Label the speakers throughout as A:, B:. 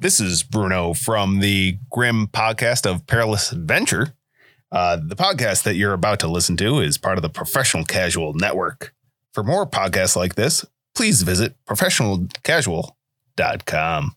A: This is Bruno from the Grim podcast of Perilous Adventure. Uh, the podcast that you're about to listen to is part of the Professional Casual Network. For more podcasts like this, please visit professionalcasual.com.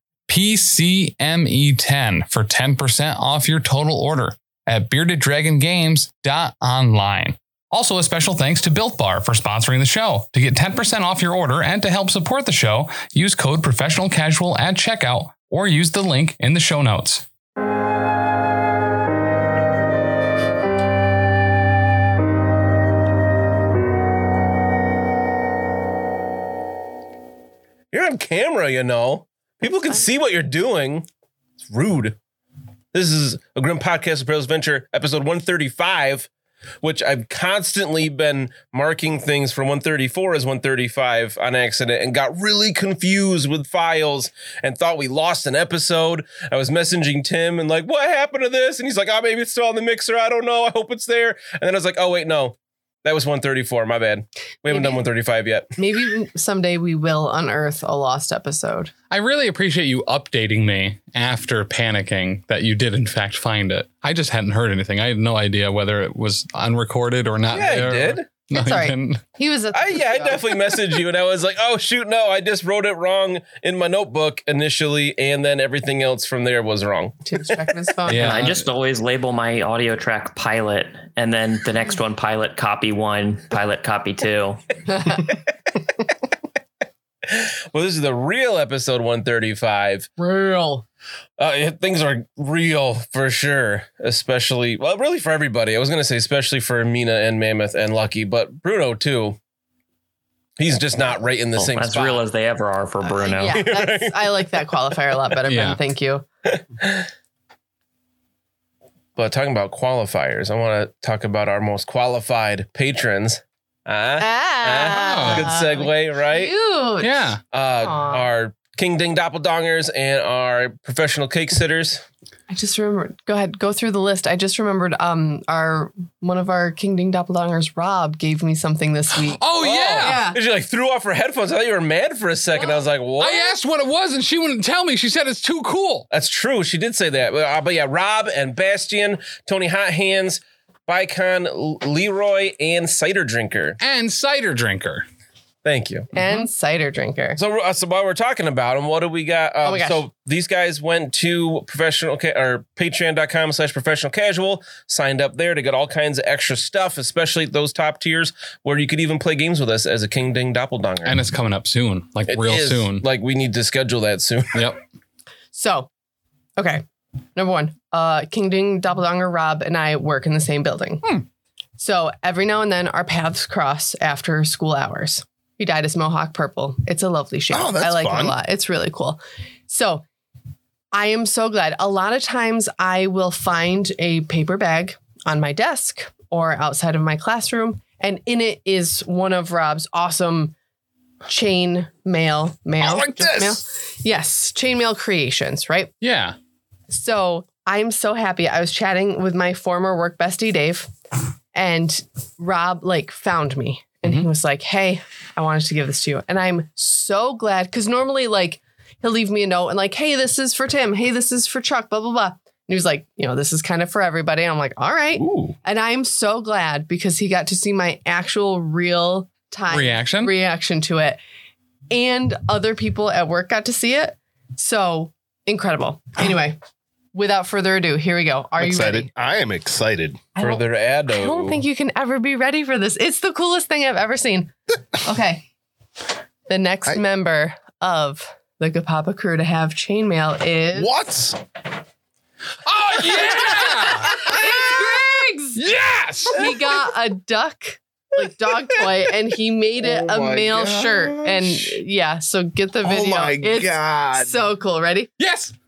B: PCME10 E for 10% off your total order at beardeddragongames.online. Also, a special thanks to Built Bar for sponsoring the show. To get 10% off your order and to help support the show, use code professional casual at checkout or use the link in the show notes.
C: You're on camera, you know. People can see what you're doing. It's rude. This is a grim podcast of Perilous Venture, episode 135, which I've constantly been marking things from 134 as 135 on accident and got really confused with files and thought we lost an episode. I was messaging Tim and like, what happened to this? And he's like, oh, maybe it's still on the mixer. I don't know. I hope it's there. And then I was like, oh, wait, no. That was 134. My bad. We haven't done
D: Maybe-
C: 135 yet.
D: Maybe someday we will unearth a lost episode.
B: I really appreciate you updating me after panicking that you did in fact find it. I just hadn't heard anything. I had no idea whether it was unrecorded or not.
C: Yeah,
B: Uh, there.
C: I did.
B: No,
D: It's
B: you
D: all right.
B: didn't.
D: He was a
C: I, yeah, I
D: so-
C: definitely messaged you, and I was like, "Oh shoot, no! I just wrote it wrong in my notebook initially, and then everything else from there was wrong."
D: to check his phone.
B: Yeah.
E: I just always label my audio track pilot and then the next one pilot copy one, pilot copy two.
C: Well, this is the real episode one thirty five.
D: Real.
C: Uh, yeah, things are real for sure, especially well, really for everybody. I was gonna say especially for Mina and Mammoth and Lucky, but Bruno too. He's just not right in the
E: Well,
C: same
E: as
C: spot.
E: Oh, real as they ever are for Bruno.
D: Uh, Yeah, that's, I like that qualifier a lot better,
B: Yeah.
D: Ben. Thank you.
C: But talking about qualifiers, I want to talk about our most qualified patrons. Ah,
D: Ah,
B: Oh.
C: ah, good segue, right?
D: Cute.
B: Yeah.
C: uh,
D: Aw.
C: our King Ding Doppeldongers and our professional cake sitters.
D: I just remembered. Go ahead, go through the list. I just remembered. Um, our one of our King Ding doppelgangers, Rob, gave me something this week.
B: Oh, yeah.
D: yeah.
C: She like threw off her headphones. I thought you were mad for a second. I was like, what?
B: I asked what Oh, it was and she wouldn't tell me. She said it's too cool.
C: That's true. She did say that. But, uh, but yeah, Rob and Bastian, Tony Hot Hands, Bicon, L- Leroy, and Cider Drinker.
B: And cider drinker.
C: Thank you.
D: And cider drinker.
C: So, uh, so while we're talking about them, what do we got? Um,
D: Oh my gosh.
C: so these guys went to professional ca- or patreon.com slash professional casual, signed up there to get all kinds of extra stuff, especially those top tiers where you could even play games with us as a King Ding Doppeldonger.
B: And it's coming up soon, like
C: It
B: real
C: is,
B: soon.
C: Like we need to schedule that soon.
B: yep.
D: So, okay. Number one, uh, King Ding Doppelganger Rob and I work in the same building.
A: Hmm.
D: So every now and then our paths cross after school hours. He dyed his mohawk purple. It's a lovely shade.
A: Oh, that's
D: I like it
A: fun.
D: a lot. It's really cool. So I am so glad. A lot of times I will find a paper bag on my desk or outside of my classroom, and in it is one of Rob's awesome chain mail mail.
A: I like
D: just
A: this.
D: mail. Yes, chainmail creations, right?
B: Yeah.
D: So I'm so happy. I was chatting with my former work bestie, Dave, and Rob like found me and
A: Mm-hmm.
D: he was like, Hey, I wanted to give this to you. And I'm so glad because normally, like, he'll leave me a note and, like, Hey, this is for Tim. Hey, this is for Chuck, blah, blah, blah. And he was like, You know, this is kind of for everybody. And I'm like, All right.
A: Ooh.
D: And I'm so glad because he got to see my actual real time
A: mm-hmm.
B: Reaction.
D: reaction to it. And other people at work got to see it. So incredible. Anyway, without further ado, here we go. Are
A: I'm
D: you
A: excited.
D: ready?
A: I am excited.
D: I
C: for
D: don't,
C: their ad.
D: I don't think you can ever be ready for this. It's the coolest thing I've ever seen. Okay. The next
A: I-
D: member of the Kapapa crew to have chainmail is
A: What?
B: Oh, yeah.
A: Ah!
D: Griggs.
B: yes.
D: He got a duck, like dog toy, and he made it
A: Oh my
D: a male shirt. And
A: gosh.
D: yeah, so get the video.
A: Oh my
D: it's
A: god.
D: so cool. Ready?
B: Yes.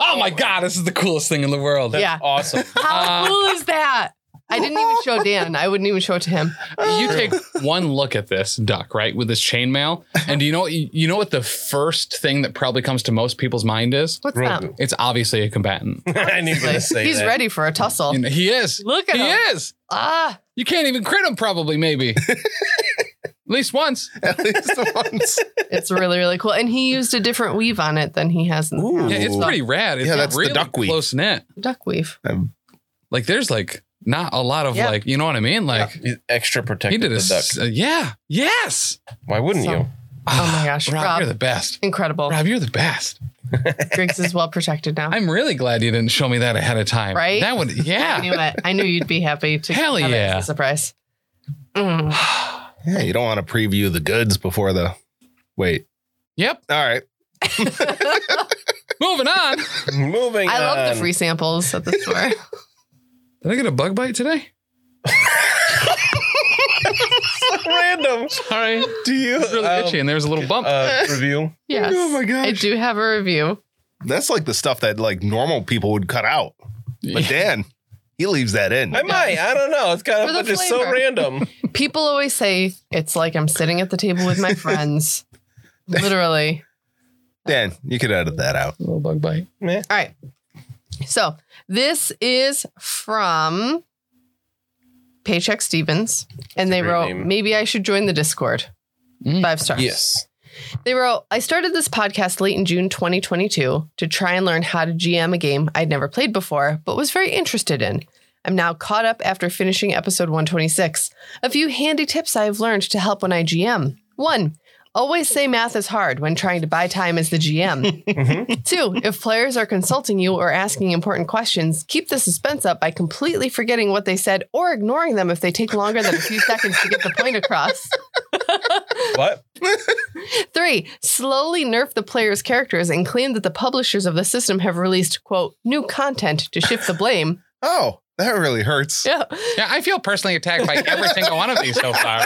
B: Oh my god, this is the coolest thing in the world.
C: That's
D: Yeah.
C: awesome.
D: How
B: Uh,
D: cool is that? I didn't even show Dan. I wouldn't even show it to him.
B: You take one look at this duck, right, with this chainmail, and do you know what- you know what the first thing that probably comes to most people's mind is?
D: What's
C: Real
D: up?
C: cool.
B: It's obviously a combatant.
C: I knew you were gonna
D: Like,
C: say
D: he's
C: that.
D: ready for a
A: Oh.
D: tussle.
B: You know, he is.
D: Look at
B: He
D: him.
B: is.
D: Ah,
B: You can't even crit him, probably, maybe. At least once.
A: At least once.
D: it's really, really cool. And he used a different weave on it than he has in the
A: Ooh.
D: past.
B: Yeah, it's pretty rad. It's
A: Yeah,
B: yeah,
A: that's
B: that's
A: the
B: really
A: duckweed.
B: close knit.
D: Duck weave.
A: Um,
B: Like there's like not a lot of
D: Yeah.
B: like you know what I mean. Like
C: He's extra
B: he
C: protected
B: did a
C: the duck.
B: s- uh, yeah yes. Ah,
C: Why wouldn't
D: So-
C: you?
D: Oh my gosh,
B: Rob,
D: Rob.
B: you're the best.
D: Incredible.
B: Rob, you're the best.
D: Griggs is well protected now.
B: I'm really glad you didn't show me that ahead of time.
D: Right?
B: That would
D: I
B: yeah.
D: knew it. I knew you'd be happy to
B: Hell
D: have it as
B: yeah.
D: a surprise. Mm.
A: Yeah, you don't want to preview the goods before the. Wait.
B: Yep.
A: All right.
B: Moving on.
C: Moving.
D: I love
C: on.
D: the free samples at the store.
B: Did I get a bug bite today?
C: random.
B: Sorry. It's
C: Do you Um,
B: really itchy, and there was a little bump.
C: uh, review?
D: yes.
A: Oh my
D: I
A: gosh.
D: do have a review.
A: That's like the stuff that like normal people would cut out. But
B: Yeah.
A: Dan, he leaves that in.
C: I might. I don't know. It's kind
D: For
C: of
D: the
C: but just so
D: flavor.
C: random.
D: People always say it's like I'm sitting at the table with my friends. Literally.
A: Dan, you could edit that out.
B: a little bug bite.
C: Meh.
D: All right. So this is from Paycheck Stevens, and they
C: great
D: wrote,
C: name.
D: Maybe I should join the Discord.
B: Mm.
D: Five stars.
C: yes.
D: They wrote, I started this podcast late in June 2022 to try and learn how to GM a game I'd never played before, but was very interested in. I'm now caught up after finishing episode 126. A few handy tips I've learned to help when I GM. One, always say math is hard when trying to buy time as the GM.
C: Mhm.
D: Two, if players are consulting you or asking important questions, keep the suspense up by completely forgetting what they said or ignoring them if they take longer than a few seconds to get the point across.
C: What?
D: Three, slowly nerf the player's characters and claim that the publishers of the system have released, quote, new content to shift the blame.
A: Oh, that really hurts.
D: Yeah.
B: Yeah, I feel personally attacked by every single one of these so far.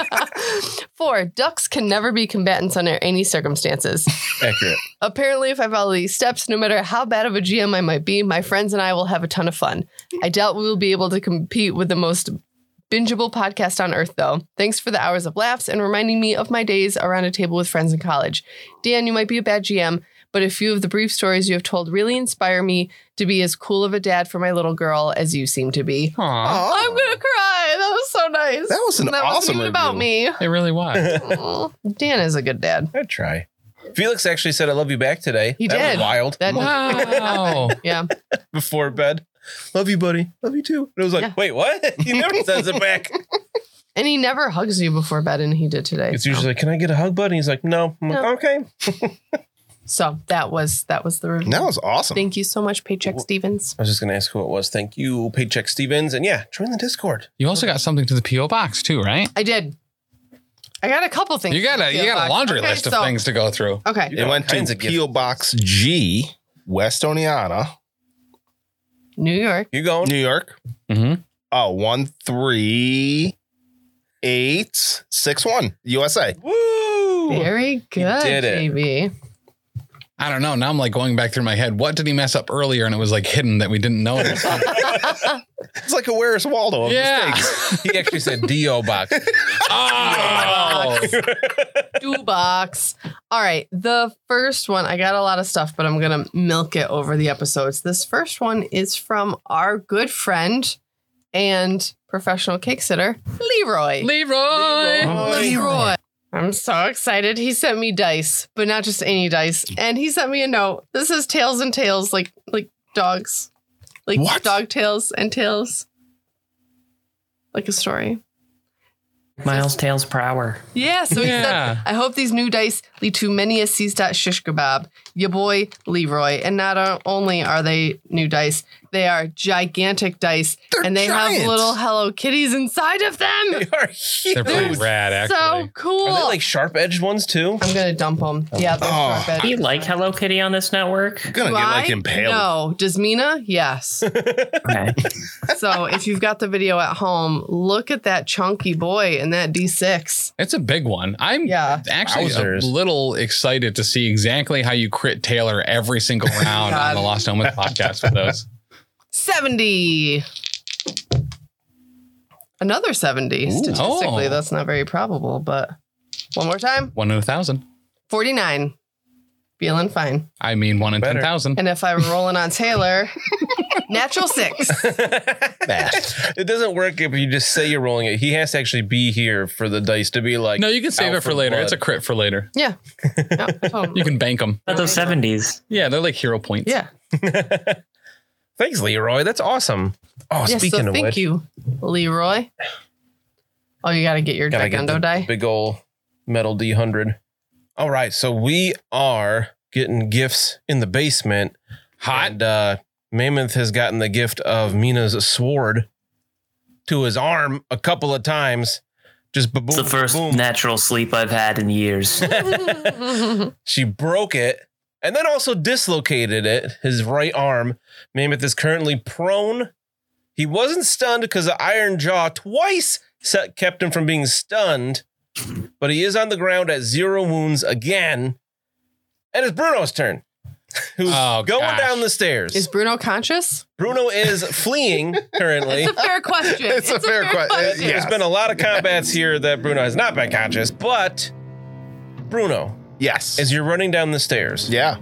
D: Four, ducks can never be combatants under any circumstances.
C: Accurate.
D: Apparently, if I follow these steps, no matter how bad of a GM I might be, my friends and I will have a ton of fun. I doubt we will be able to compete with the most bingeable podcast on earth, though. Thanks for the hours of laughs and reminding me of my days around a table with friends in college. Dan, you might be a bad GM, but a few of the brief stories you have told really inspire me to be as cool of a dad for my little girl as you seem to be.
B: Aw,
A: Oh,
D: I'm gonna cry. That was so nice.
A: That was an
D: that
A: awesome
D: wasn't even about
A: review.
D: me.
B: it really was.
D: Aw, Dan is a good dad.
C: I'd try. Felix actually said, "I love you back today."
D: He
C: that
D: did.
C: Was wild.
D: That
B: Wow.
D: yeah.
C: Before bed, love you, buddy. Love you too. And it was like,
D: Yeah.
C: wait, what? He never says it back.
D: And he never hugs you before bed, and he did today.
C: It's usually like, "Can I get a hug, buddy?" He's like, "No." I'm like,
D: No.
C: "Okay."
D: So that was that was the review.
A: that was awesome.
D: Thank you so much, Paycheck
C: Wh-
D: Stevens.
C: I was just gonna ask who it was. Thank you, Paycheck Stevens, and yeah, join the Discord.
B: You also got something to the PO box too, right?
D: I did. I got a couple things.
B: You got a you got a laundry
D: Okay,
B: list of
D: so-
B: things to go through.
D: Okay.
C: You
A: It
C: got
A: went
C: all kinds
A: to
C: of gifts.
A: P.O. Box G, West Oneonta,
D: New York.
C: You going?
A: New York.
B: Mm-hmm.
A: Oh, one three eight six one USA.
C: Woo!
D: Very good,
C: did it.
D: JB.
B: I don't know. Now I'm like going back through my head. What did he mess up earlier? And it was like hidden that we didn't notice.
A: It's like a Where's Waldo of
B: yeah.
A: mistakes.
C: He actually said "Do box."
B: Oh.
D: Do box. All right. The first one, I got a lot of stuff, but I'm gonna milk it over the episodes. This first one is from our good friend and professional cake sitter, Leroy.
B: Leroy.
D: Leroy. I'm so excited. He sent me dice, but not just any dice. And he sent me a note. This is tails and tails, like like dogs. Like
A: What?
D: dog tails and tails. Like a story.
E: Miles tails per hour.
D: Yeah, so he
B: Yeah.
D: said, I hope these new dice lead to many a C's dot shish kebab. Your boy Leroy. And not o- only are they new dice, They are gigantic dice,
A: They're
D: and they
A: giant.
D: have little Hello Kitties inside of them.
C: They are huge.
F: They're pretty rad, actually.
D: So cool.
C: Are they like sharp edged ones too?
D: I'm gonna dump them. Yeah, they're
A: Oh.
D: sharp edges.
E: Do you like Hello Kitty on this network?
A: gonna
D: Do
A: get
D: I?
A: like impaled.
D: No, does Mina? Yes.
E: Okay.
D: so if you've got the video at home, look at that chunky boy and that D6.
F: It's a big one. I'm
D: Yeah.
F: actually
C: Wowzers.
F: a little excited to see exactly how you crit Taylor every single round on
D: God.
F: the Lost Omens podcast with those.
D: 70. Another 70. Statistically,
F: Oh.
D: that's not very probable, but one more time.
F: One in a thousand.
D: 49. Feeling fine.
F: I mean, one in
C: Better.
F: ten thousand.
D: And if I'm rolling on Taylor, natural six.
C: it doesn't work if you just say you're rolling it. He has to actually be here for the dice to be like.
F: No, you can save
C: out
F: it for
C: for
F: later.
C: blood.
F: It's a crit for later.
D: Yeah. Yeah, I told him.
F: You can bank them.
E: About those 70s.
F: Yeah, they're like hero points.
D: yeah.
C: Thanks, Leroy. That's awesome. Oh,
D: Yeah,
C: speaking
D: so
C: of
D: thank
C: which,
D: you, Leroy. Oh, you got to get your
C: gotta get
D: Gigando
C: the
D: die.
C: Big ol' metal D hundred. All right, so we are getting gifts in the basement.
F: Hot.
C: And uh, Mammoth has gotten the gift of Mina's sword to his arm a couple of times. Just boom,
E: It's the first
C: boom.
E: natural sleep I've had in years.
C: She broke it and then also dislocated it, his right arm. Mammoth is currently prone. He wasn't stunned because the iron jaw twice set, kept him from being stunned, but he is on the ground at zero wounds again. And it's Bruno's turn, who's
F: Oh,
C: going
F: gosh.
C: down the stairs.
D: Is Bruno conscious?
C: Bruno is fleeing currently.
D: It's a fair question.
A: It's a fair que- yeah.
C: There's been a lot of combats here that Bruno has not been conscious, but Bruno,
A: Yes.
C: as you're running down the stairs,
A: yeah.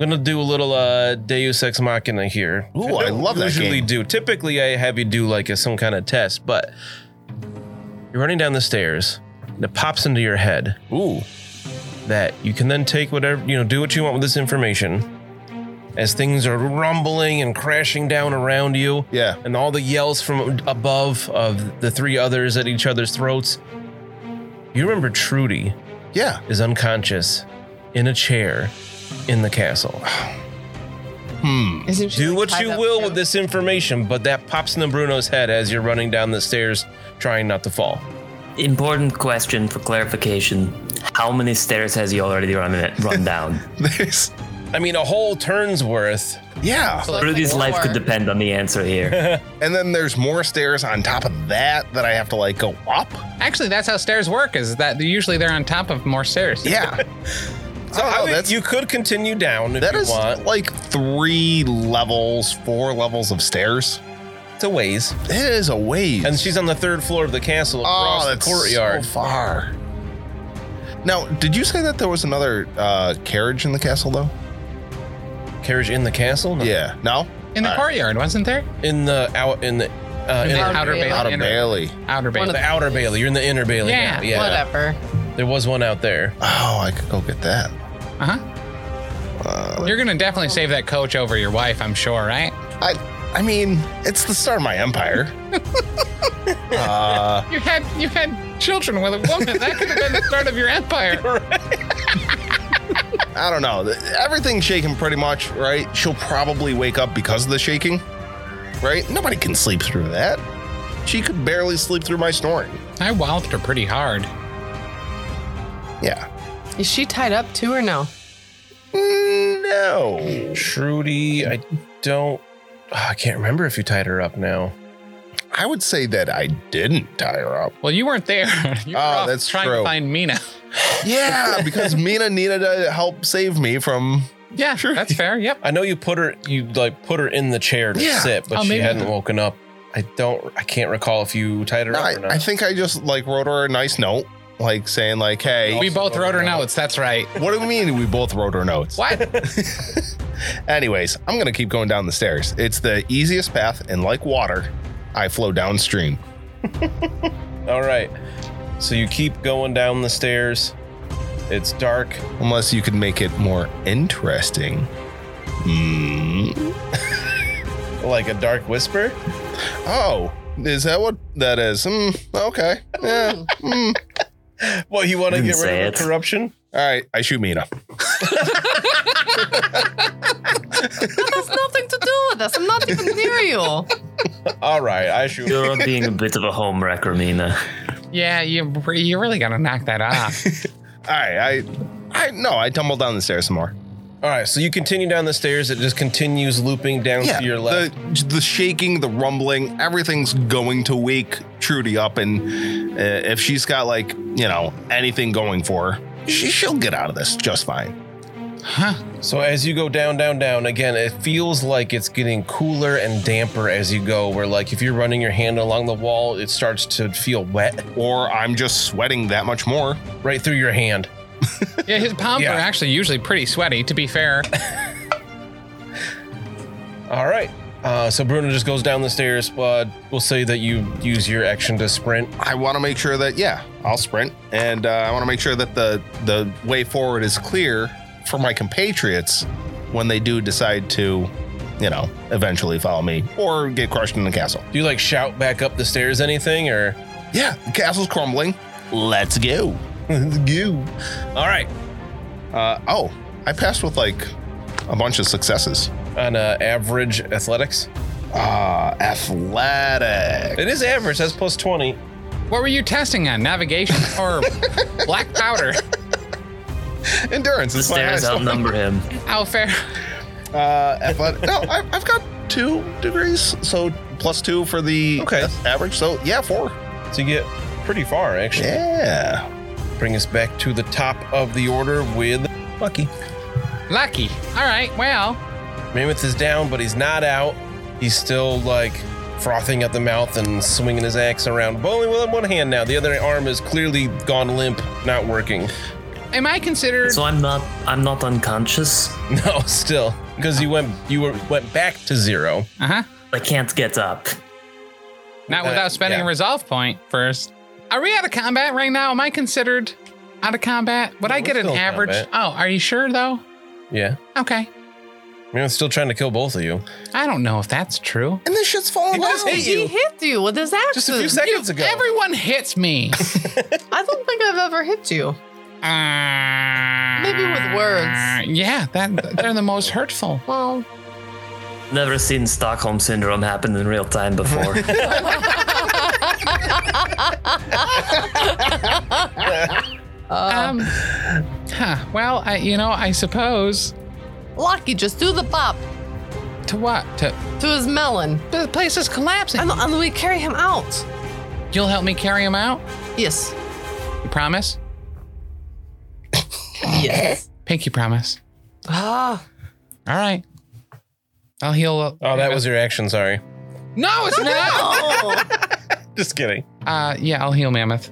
C: gonna do a little uh Deus Ex Machina here.
A: Ooh, I
C: don't
A: love that
C: Usually
A: game.
C: do. Typically, I have you do like a, some kind of test, but you're running down the stairs, and it pops into your head
A: Ooh.
C: that you can then take whatever you know, do what you want with this information. As things are rumbling and crashing down around you,
A: Yeah.
C: and all the yells from above of the three others at each other's throats, you remember Trudy
A: Yeah.
C: is unconscious in a chair in the castle.
A: Hmm.
D: Isn't she
C: Do
D: like,
C: what
D: tied
C: you
D: up
C: will
D: too?
C: with this information, but that pops into Bruno's head as you're running down the stairs, trying not to fall.
E: Important question for clarification. How many stairs has he already run, it, run down?
A: There's.
C: I mean, a whole turn's worth.
A: Yeah.
D: So, like,
E: Rudy's
D: four.
E: life could depend on the answer here.
A: And then there's more stairs on top of that that I have to like go up.
F: Actually, that's how stairs work. Is that usually they're on top of more stairs.
A: Yeah.
C: So I
A: oh,
C: mean,
A: that's-
C: you could continue down if
A: That
C: you
A: is
C: want.
A: like three levels, four levels of stairs.
C: It's a ways,
A: It is a ways.
C: and she's on the third floor of the castle across
A: oh,
C: the
A: that's
C: courtyard.
A: so far. Now, did you say that there was another uh, carriage in the castle, though?
C: Carriage in the castle? No.
A: Yeah. No.
F: In the
A: All right.
F: courtyard, wasn't there?
C: In the out in the uh, in
F: In the
C: the,
D: outer
F: outer
D: Bailey.
F: bailey.
A: Out of
F: inner-
A: Bailey.
F: Outer
D: One
F: bailey.
D: of
C: the outer bailey. You're in the inner bailey
F: Yeah,
C: now. Yeah.
D: Whatever.
C: There was one out there.
A: Oh, I could go get that.
F: Uh huh.
A: Uh,
F: Uh-huh. You're gonna definitely save that coach over your wife. I'm sure, right?
A: I, I mean, it's the start of my empire. uh,
F: You had you had children with a woman. That could have been the start of your empire.
A: I don't know. Everything's shaking pretty much, right? She'll probably wake up because of the shaking, right? Nobody can sleep through that. She could barely sleep through my snoring.
F: I walloped her pretty hard.
A: Yeah.
D: Is she tied up too or no?
A: No.
C: Trudy, I don't. ah, I can't remember if you tied her up now.
A: I would say that I didn't tie her up.
F: Well, you weren't there. You were
A: Oh,
F: off
A: that's
F: trying to
A: true.
F: find Mina.
A: Yeah, because Mina needed to help save me from.
F: Yeah,
A: Sure.
F: that's fair. Yep.
C: I know you put her, you like put her in the chair to
A: Yeah.
C: sit, but
F: Oh,
C: she
F: maybe.
C: hadn't woken up. I don't, I can't recall if you tied her
A: I,
C: up or not.
A: I think I just like wrote her a nice note, like saying like, "Hey,
F: We both wrote her notes. That's right.
A: what do we mean we both wrote her notes?"
F: What?
A: Anyways, I'm gonna keep going down the stairs. It's the easiest path, and like water, I flow downstream.
C: All right. So you keep going down the stairs. It's dark.
A: Unless you could make it more interesting. Hmm.
C: Like a dark whisper.
A: Oh, is that what that is? Hmm. okay. Yeah. Hmm.
C: What you want to
E: Didn't
C: get
E: say
C: rid of
E: it.
C: the corruption?
A: All right, I shoot Mina.
D: That has nothing to do with this. I'm not even near you.
C: All right, I shoot.
E: You're being a bit of a homewrecker, Mina.
B: Yeah, you re- you really gotta knock that off.
A: All right, I, I no, I tumble down the stairs some more.
C: All right, so you continue down the stairs. It just continues looping down to your left.
A: The, the shaking, the rumbling, everything's going to wake Trudy up, and uh, if she's got like you know anything going for her, she, she'll get out of this just fine.
C: so as you go down, down, down, again, it feels like it's getting cooler and damper as you go. Where like if you're running your hand along the wall, it starts to feel wet
A: Or I'm just sweating that much more.
C: right through your hand.
B: yeah, his palms
C: Yeah.
B: are actually usually pretty sweaty. To be fair,
C: All right. Uh, so Bruno just goes down the stairs, but we'll say that you use your action to sprint.
A: I want to make sure that yeah, I'll sprint, and uh, I want to make sure that the the way forward is clear for my compatriots when they do decide to, you know, eventually follow me or get crushed in the castle.
C: Do you like shout back up the stairs anything or
A: Yeah, the castle's crumbling. Let's go.
C: you? All right.
A: Uh, oh, I passed with like a bunch of successes.
C: On uh, average athletics.
A: Uh, athletic.
C: It is average, that's plus 20.
B: what were you testing on? Navigation or black powder?
A: Endurance
E: The
A: is my highest
E: stairs
A: one.
E: outnumber him.
B: How fair?
A: Uh, athletic. no, I, I've got two degrees, so plus two for the
C: Okay.
A: average. So yeah, four.
C: So you get pretty far, actually.
A: Yeah.
C: Bring us back to the top of the order with Lucky.
B: Lucky. All right. Well,
C: Mammoth is down, but he's not out. He's still like frothing at the mouth and swinging his axe around. But only with one hand now. The other arm is clearly gone limp, not working.
B: am I considered?
E: So I'm not I'm not unconscious.
C: No, still because you went you were, went back to zero.
B: Uh huh.
E: I can't get up.
B: Not
C: Uh,
B: without spending
C: yeah.
B: a resolve point first. Are we out of combat right now? Am I considered out of combat? Would I
C: we're
B: get an
C: still in
B: average?
C: combat.
B: Oh, are you sure though?
C: Yeah,
B: Okay.
C: Mammoth's still trying to kill both of you.
B: I don't know if that's true.
A: And this shit's falling
C: He just
A: down.
C: hit
D: He
C: you
D: hit you with his axe.
C: just a few seconds ago.
B: Everyone hits me.
D: I don't think I've ever hit you.
B: Maybe
D: with words.
B: Uh, Yeah, that they're the most hurtful.
D: Well,
E: Never seen Stockholm syndrome happen in real time before.
D: uh,
B: Um, huh, well, I, you know, I suppose
D: Lucky just do the pop
B: to what to
D: to his melon,
B: the place is collapsing.
D: and, and we carry him out.
B: You'll help me carry him out.
D: Yes.
B: You promise?
D: Yes.
B: Pinky promise.
D: Ah.
B: All right. I'll heal.
C: Oh, that was your action. Sorry,
B: no, it's not.
D: Oh.
C: just kidding.
B: Uh, yeah, I'll heal Mammoth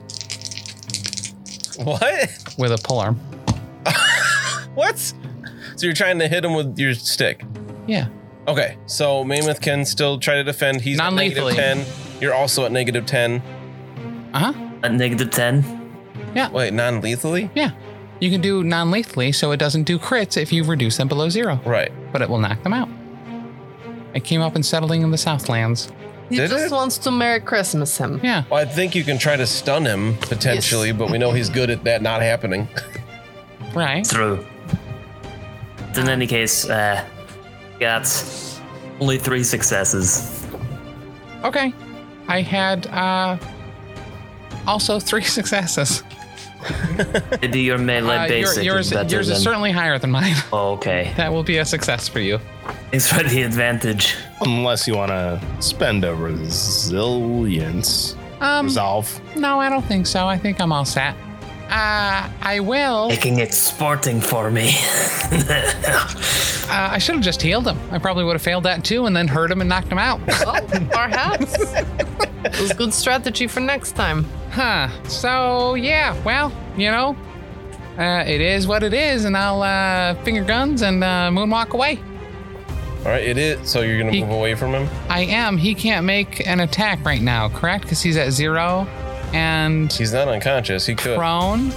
C: What?
B: with a pull arm.
C: What? So you're trying to hit him with your stick.
B: Yeah.
C: Okay, so Mammoth can still try to defend. He's at negative
B: Non-lethally.
C: ten. You're also at negative ten.
B: Uh huh.
E: At negative ten.
C: Wait, non-lethally?
B: Yeah. You can do non lethally, so it doesn't do crits if you reduce them below zero,
C: Right.
B: but it will knock them out. It came up in settling in the Southlands.
D: He
C: Did
D: just
C: it?
D: wants to Merry Christmas him.
B: Yeah.
C: Well, I think you can try to stun him potentially, but we know he's good at that not happening.
B: Right.
E: Through. In any case, uh, got only three successes.
B: Okay. I had uh, also three successes.
E: Maybe your melee
B: Uh, your-
E: basic
B: yours
E: is better
B: yours
E: than.
B: is certainly higher than mine.
E: oh, okay.
B: That will be a success for you.
E: Thanks for the advantage.
A: Unless you want to spend a resilience
B: Um,
A: resolve.
B: no, I don't think so. I think I'm all set. Uh, I will. Uh,
E: Making it sporting for me.
B: I should have just healed him. I probably would have failed that too, and then hurt him and knocked him out.
D: Well, Oh, perhaps. it was good strategy for next time.
B: Huh. So yeah, well, you know, uh, it is what it is, and I'll uh, finger guns and uh, moonwalk away.
C: All right, it is. So you're gonna
B: He-
C: move away from him.
B: I am. He can't make an attack right now, correct? Because he's at zero and
C: He's not unconscious. He could.
B: prone,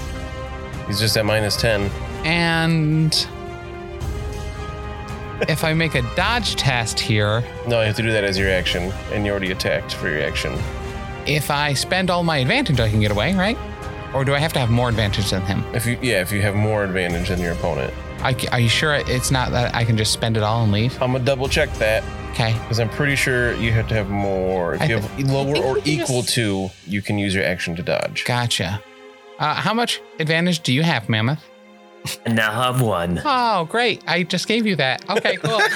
C: He's just at minus ten.
B: and if I make a dodge test here,
C: No, you have to do that as your action, and you already attacked for your action.
B: if I spend all my advantage, I can get away, right? Or do I have to have more advantage than him?
C: If you, yeah, if you have more advantage than your opponent,
B: I c are you sure it's not that I can just spend it all and leave?
C: I'm gonna double check that
B: Okay.
C: because I'm pretty sure you have to have more. If
B: I
C: you
B: thi-
C: have lower
D: think
C: or
D: we can
C: equal
D: just-
C: to, you can use your action to dodge.
B: Gotcha. Uh, how much advantage do you have, Mammoth?
E: And now have one.
B: Oh, great. I just gave you that. Okay, cool.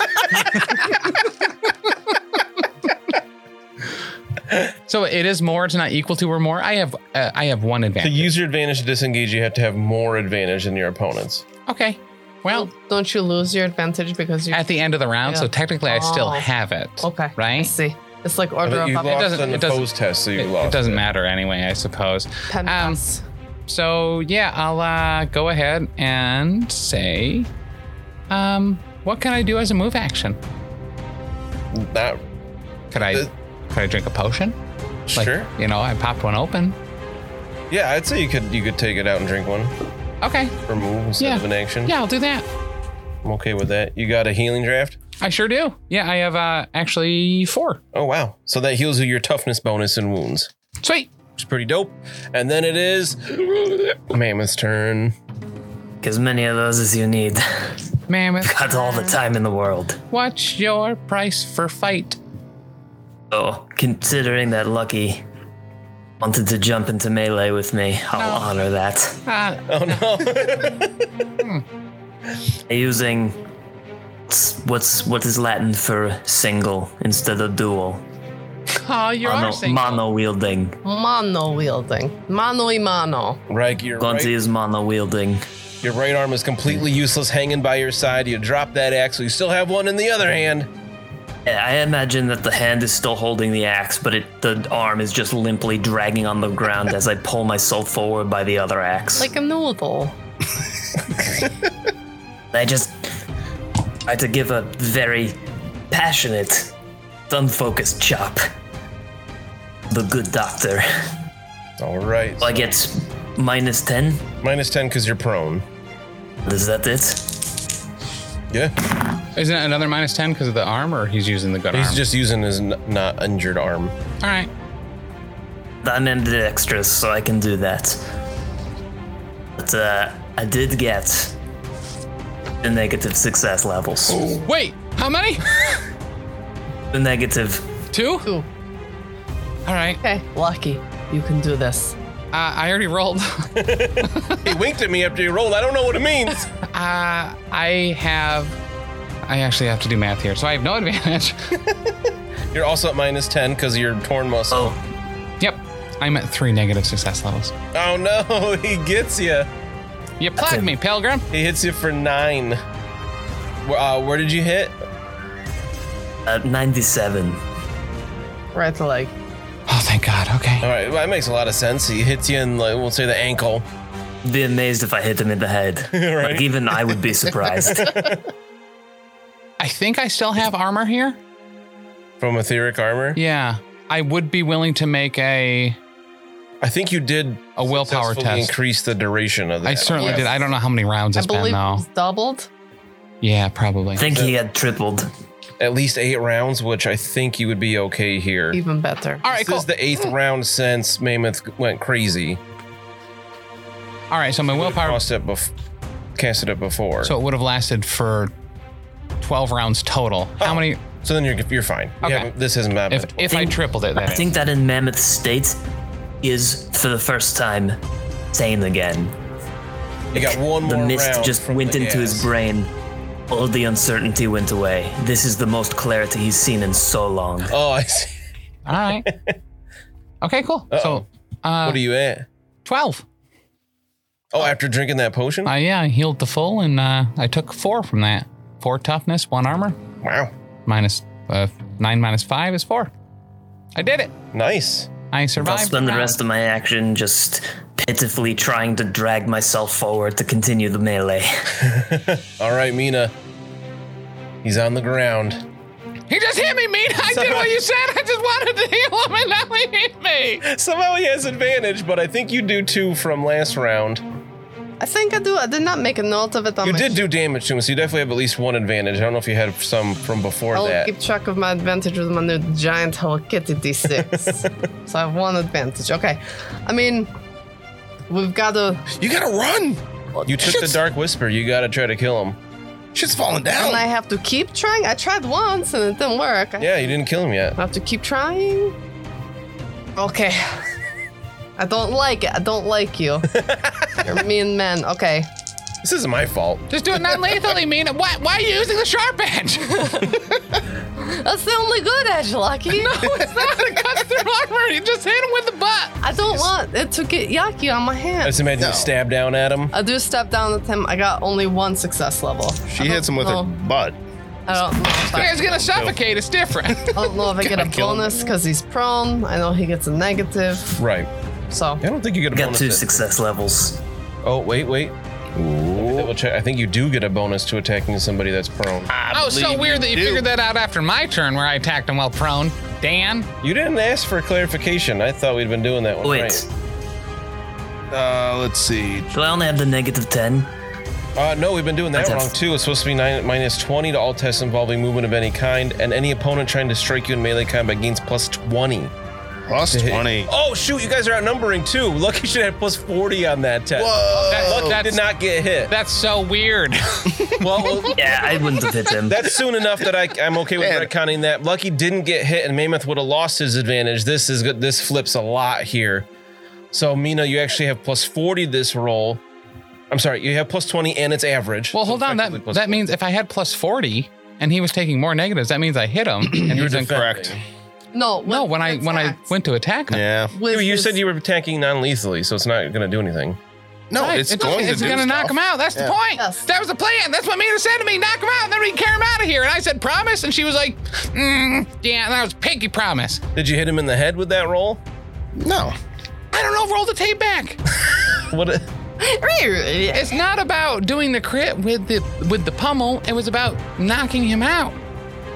B: so it is more to not equal to or more. I have uh, I have one
C: To
B: advantage.
C: use your advantage to disengage, you have to have more advantage than your opponents.
B: okay. Well,
D: don't you lose your advantage because you?
B: at the end of the round, so
D: Yeah.
B: technically I still
D: Oh.
B: have it.
D: okay, I
B: Right?
D: see. It's like order
C: But
D: of
C: you lost
B: doesn't-
C: on the
B: it doesn't-
C: pose test, so you
B: It, it
C: lost.
B: doesn't mapen anyway, I suppose.
D: Pen
B: um,
D: pass.
B: So yeah, I'll uh, go ahead and say, um, what can I do as a move action?
C: Not
B: Could I
C: Uh,
B: could I drink a potion? Like,
C: sure.
B: You know, I popped one open.
C: Yeah, I'd say you could you could take it out and drink one
B: Okay.
C: or move instead
B: Yeah.
C: of an action.
B: Yeah, I'll do that.
C: I'm okay with that. You got a healing draft.
B: I sure do. Yeah, I have uh, actually four.
C: Oh wow! So that heals you your toughness bonus and wounds.
B: Sweet.
C: It's pretty dope. And then it is Mammoth's turn.
E: As many of those as you need.
B: Mammoth,
E: Got all the time in the world.
B: what's your price for fight?
E: Oh, considering that Lucky wanted to jump into melee with me, I'll
B: No.
E: honor that.
B: Uh,
C: Oh no!
E: Using s- what's what is Latin for single instead of dual.
B: oh, you're
E: Mono,
B: arcing.
E: mono wielding.
D: Mono wielding. Mono y mano.
C: Right, your
E: Going to
C: right,
E: use mono wielding.
C: your right arm is completely useless, hanging by your side. You drop that axe, so you still have one in the other hand.
E: I imagine that the hand is still holding the axe, but it, the arm is just limply dragging on the ground as I pull myself forward by the other axe.
D: Like a noodle.
E: I just try to give a very passionate, unfocused chop. The good doctor.
C: All right,
E: I get minus 10.
C: minus ten because you're prone.
E: Is that it?
C: Yeah,
B: Isn't it another minus 10 because of the arm, or he's using the good
C: he's
B: arm?
C: just using his n- not injured arm.
B: All right.
E: I'm ambidextrous, so I can do that. But uh, I did get the negative success levels.
B: Wait, how many?
E: The negative.
B: Two?
D: Two.
B: All right.
D: Okay, lucky. You can do this.
B: Uh, I already rolled. uh,
C: He winked at me after he rolled. I don't know what it means.
B: I have. I actually have to do math here, so I have no advantage.
C: You're also at minus ten because of your torn muscle.
E: Oh,
B: yep. I'm at three negative success levels.
C: Oh no, he gets you.
B: You plugged
E: a-
B: me, Pilgrim.
C: He hits you for nine. Where, uh, where did you hit?
E: uh, 97.
D: Right to leg.
B: Oh, thank God. Okay.
C: All right, well, that makes a lot of sense. He hits you in, like, we'll say the ankle.
E: Be amazed if I hit him in the head. Like, even I would be surprised.
B: I think I still have armor here.
C: From etheric armor?
B: Yeah. I would be willing to make a
C: I think you did
B: a willpower
C: successfully
B: test.
C: increase the duration of that.
B: I certainly
D: Yes.
B: did. I don't know how many rounds
D: I
B: it's been
D: believe
B: though.
D: it's doubled.
B: Yeah, probably.
E: I think he had tripled.
C: At least eight rounds, which I think you would be okay here.
D: Even better.
B: All right,
C: This
B: cool.
C: is the eighth round since Mammoth went crazy.
B: All right, so my willpower.
C: Crossed it bef- cast it up before.
B: So
C: So,
B: it would have lasted for twelve rounds total.
C: Oh.
B: How many?
C: then you're you're fine. You
B: Okay.
C: haven't- this hasn't happened.
B: If if I
E: think-
B: tripled it,
E: I
B: then
E: think that in Mammoth State is for the first time sane again.
C: you got one more
E: The mist
C: round
E: just
C: from
E: went
C: the
E: into his
C: gas.
E: brain. All the uncertainty went away. This is the most clarity he's seen in so long.
C: Oh, I see.
B: All right. Okay, cool. So Uh,
C: what are you at?
B: twelve.
C: Oh, after drinking that potion?
B: Uh, yeah, I healed the full, and uh, I took four from that. Four toughness, one armor,
C: wow.
B: minus uh, nine minus five is four. I did it.
C: Nice.
B: I
E: I'll
B: survived.
E: spend the
B: round.
E: rest of my action just pitifully trying to drag myself forward to continue the melee.
C: All right, Mina. He's on the ground.
B: He just hit me, mean. I did what you said. I just wanted to heal him, and now he hit me.
C: Somehow he has advantage, but I think you do too from last round.
D: I think I do. I did not make a note of it on
C: You
D: my
C: did do damage to him, so you definitely have at least one advantage. I don't know if you had some from before
A: Oh,
D: I'll
C: that.
D: keep track of my advantage with my new giant Hello Kitty D6. so I have one advantage. Okay. I mean, we've got to.
C: You gotta run!
E: What
C: You took the
A: Shit's-
C: Dark Whisper. You gotta try to kill him.
A: Shit's falling down.
D: And I have to keep trying. I tried once and it didn't work. I
C: Yeah, you didn't kill him yet.
D: have to keep trying. Okay. I don't like it. I don't like you. You're a mean man. Okay.
C: This isn't my fault.
B: Just do it non lethally, Mina. Why, why are you using the sharp edge?
D: That's the only good edge, Lucky.
B: it's not a cuts through armor. You just hit him with the butt.
D: I don't want it to get yucky on my
C: I
D: hand.
C: just imagine
A: No.
C: you stab down at him.
D: I do step down with him. I got only one success level.
A: she
D: I don't
A: hits him with
D: know.
A: her butt.
D: I don't know if I,
B: It's gonna suffocate. It's different.
D: I don't know if I get a
A: kill him.
D: bonus because he's prone. I know he gets a negative,
C: Right.
D: so
C: I don't think you get a
E: I got
C: bonus.
E: two
C: hit.
E: success levels.
C: Oh wait, wait. Double check. I think you do get a bonus to attacking somebody that's prone.
A: Ah.
B: oh, so weird that you
A: do.
B: figured that out after my turn where I attacked him while prone. Dan,
C: You didn't ask for clarification. I thought we'd been doing that one
E: Wait,
C: right.
A: Uh, let's see.
E: do I only have the negative 10?
C: Uh, no, we've been doing that
E: That's
C: wrong
E: it.
C: too. It's supposed to be nine, minus 20 to all tests involving movement of any kind, and any opponent trying to strike you in melee combat gains plus 20.
A: Plus 20.
C: Oh, shoot, you guys are outnumbering too. Lucky should have plus 40 on that test.
A: Whoa.
B: That-
C: Lucky
B: that's-
C: did not get hit.
B: that's so weird.
C: well,
E: Yeah, I wouldn't have hit him.
C: that's soon enough that I, I'm okay with
A: Man.
C: retconning that. Lucky didn't get hit, and Mammoth would have lost his advantage. This is good. This flips a lot here. So, Mina, you actually have plus 40 this roll. I'm sorry, you have plus 20 and it's average.
B: Well,
C: So
B: hold on. That
C: effectively plus
B: that
C: 40.
B: means if I had plus 40 and he was taking more negatives, that means I hit him. And
C: You're
B: he's inc-
C: defending.
D: no.
B: No, when I when I
D: attacked
B: went to attack him.
A: Yeah.
D: with
C: You, you
D: his-
C: said you were attacking non-lethally, so it's not going to do anything.
A: No,
B: Right,
A: it's,
B: it's
A: going to
B: it's
A: do
B: gonna knock
A: stuff.
B: him out. That's
A: Yeah.
B: the point.
D: Yes.
B: That was the plan. That's what Mina said to me. Knock him out, and then we would carry him out of here. And I said promise, and she was like, mm, "Yeah." And that was pinky promise.
C: Did you hit him in the head with that roll?
A: No.
B: I don't know. Roll the tape back.
C: What? a-
B: It's not about doing the crit with the with the pummel. It was about knocking him out,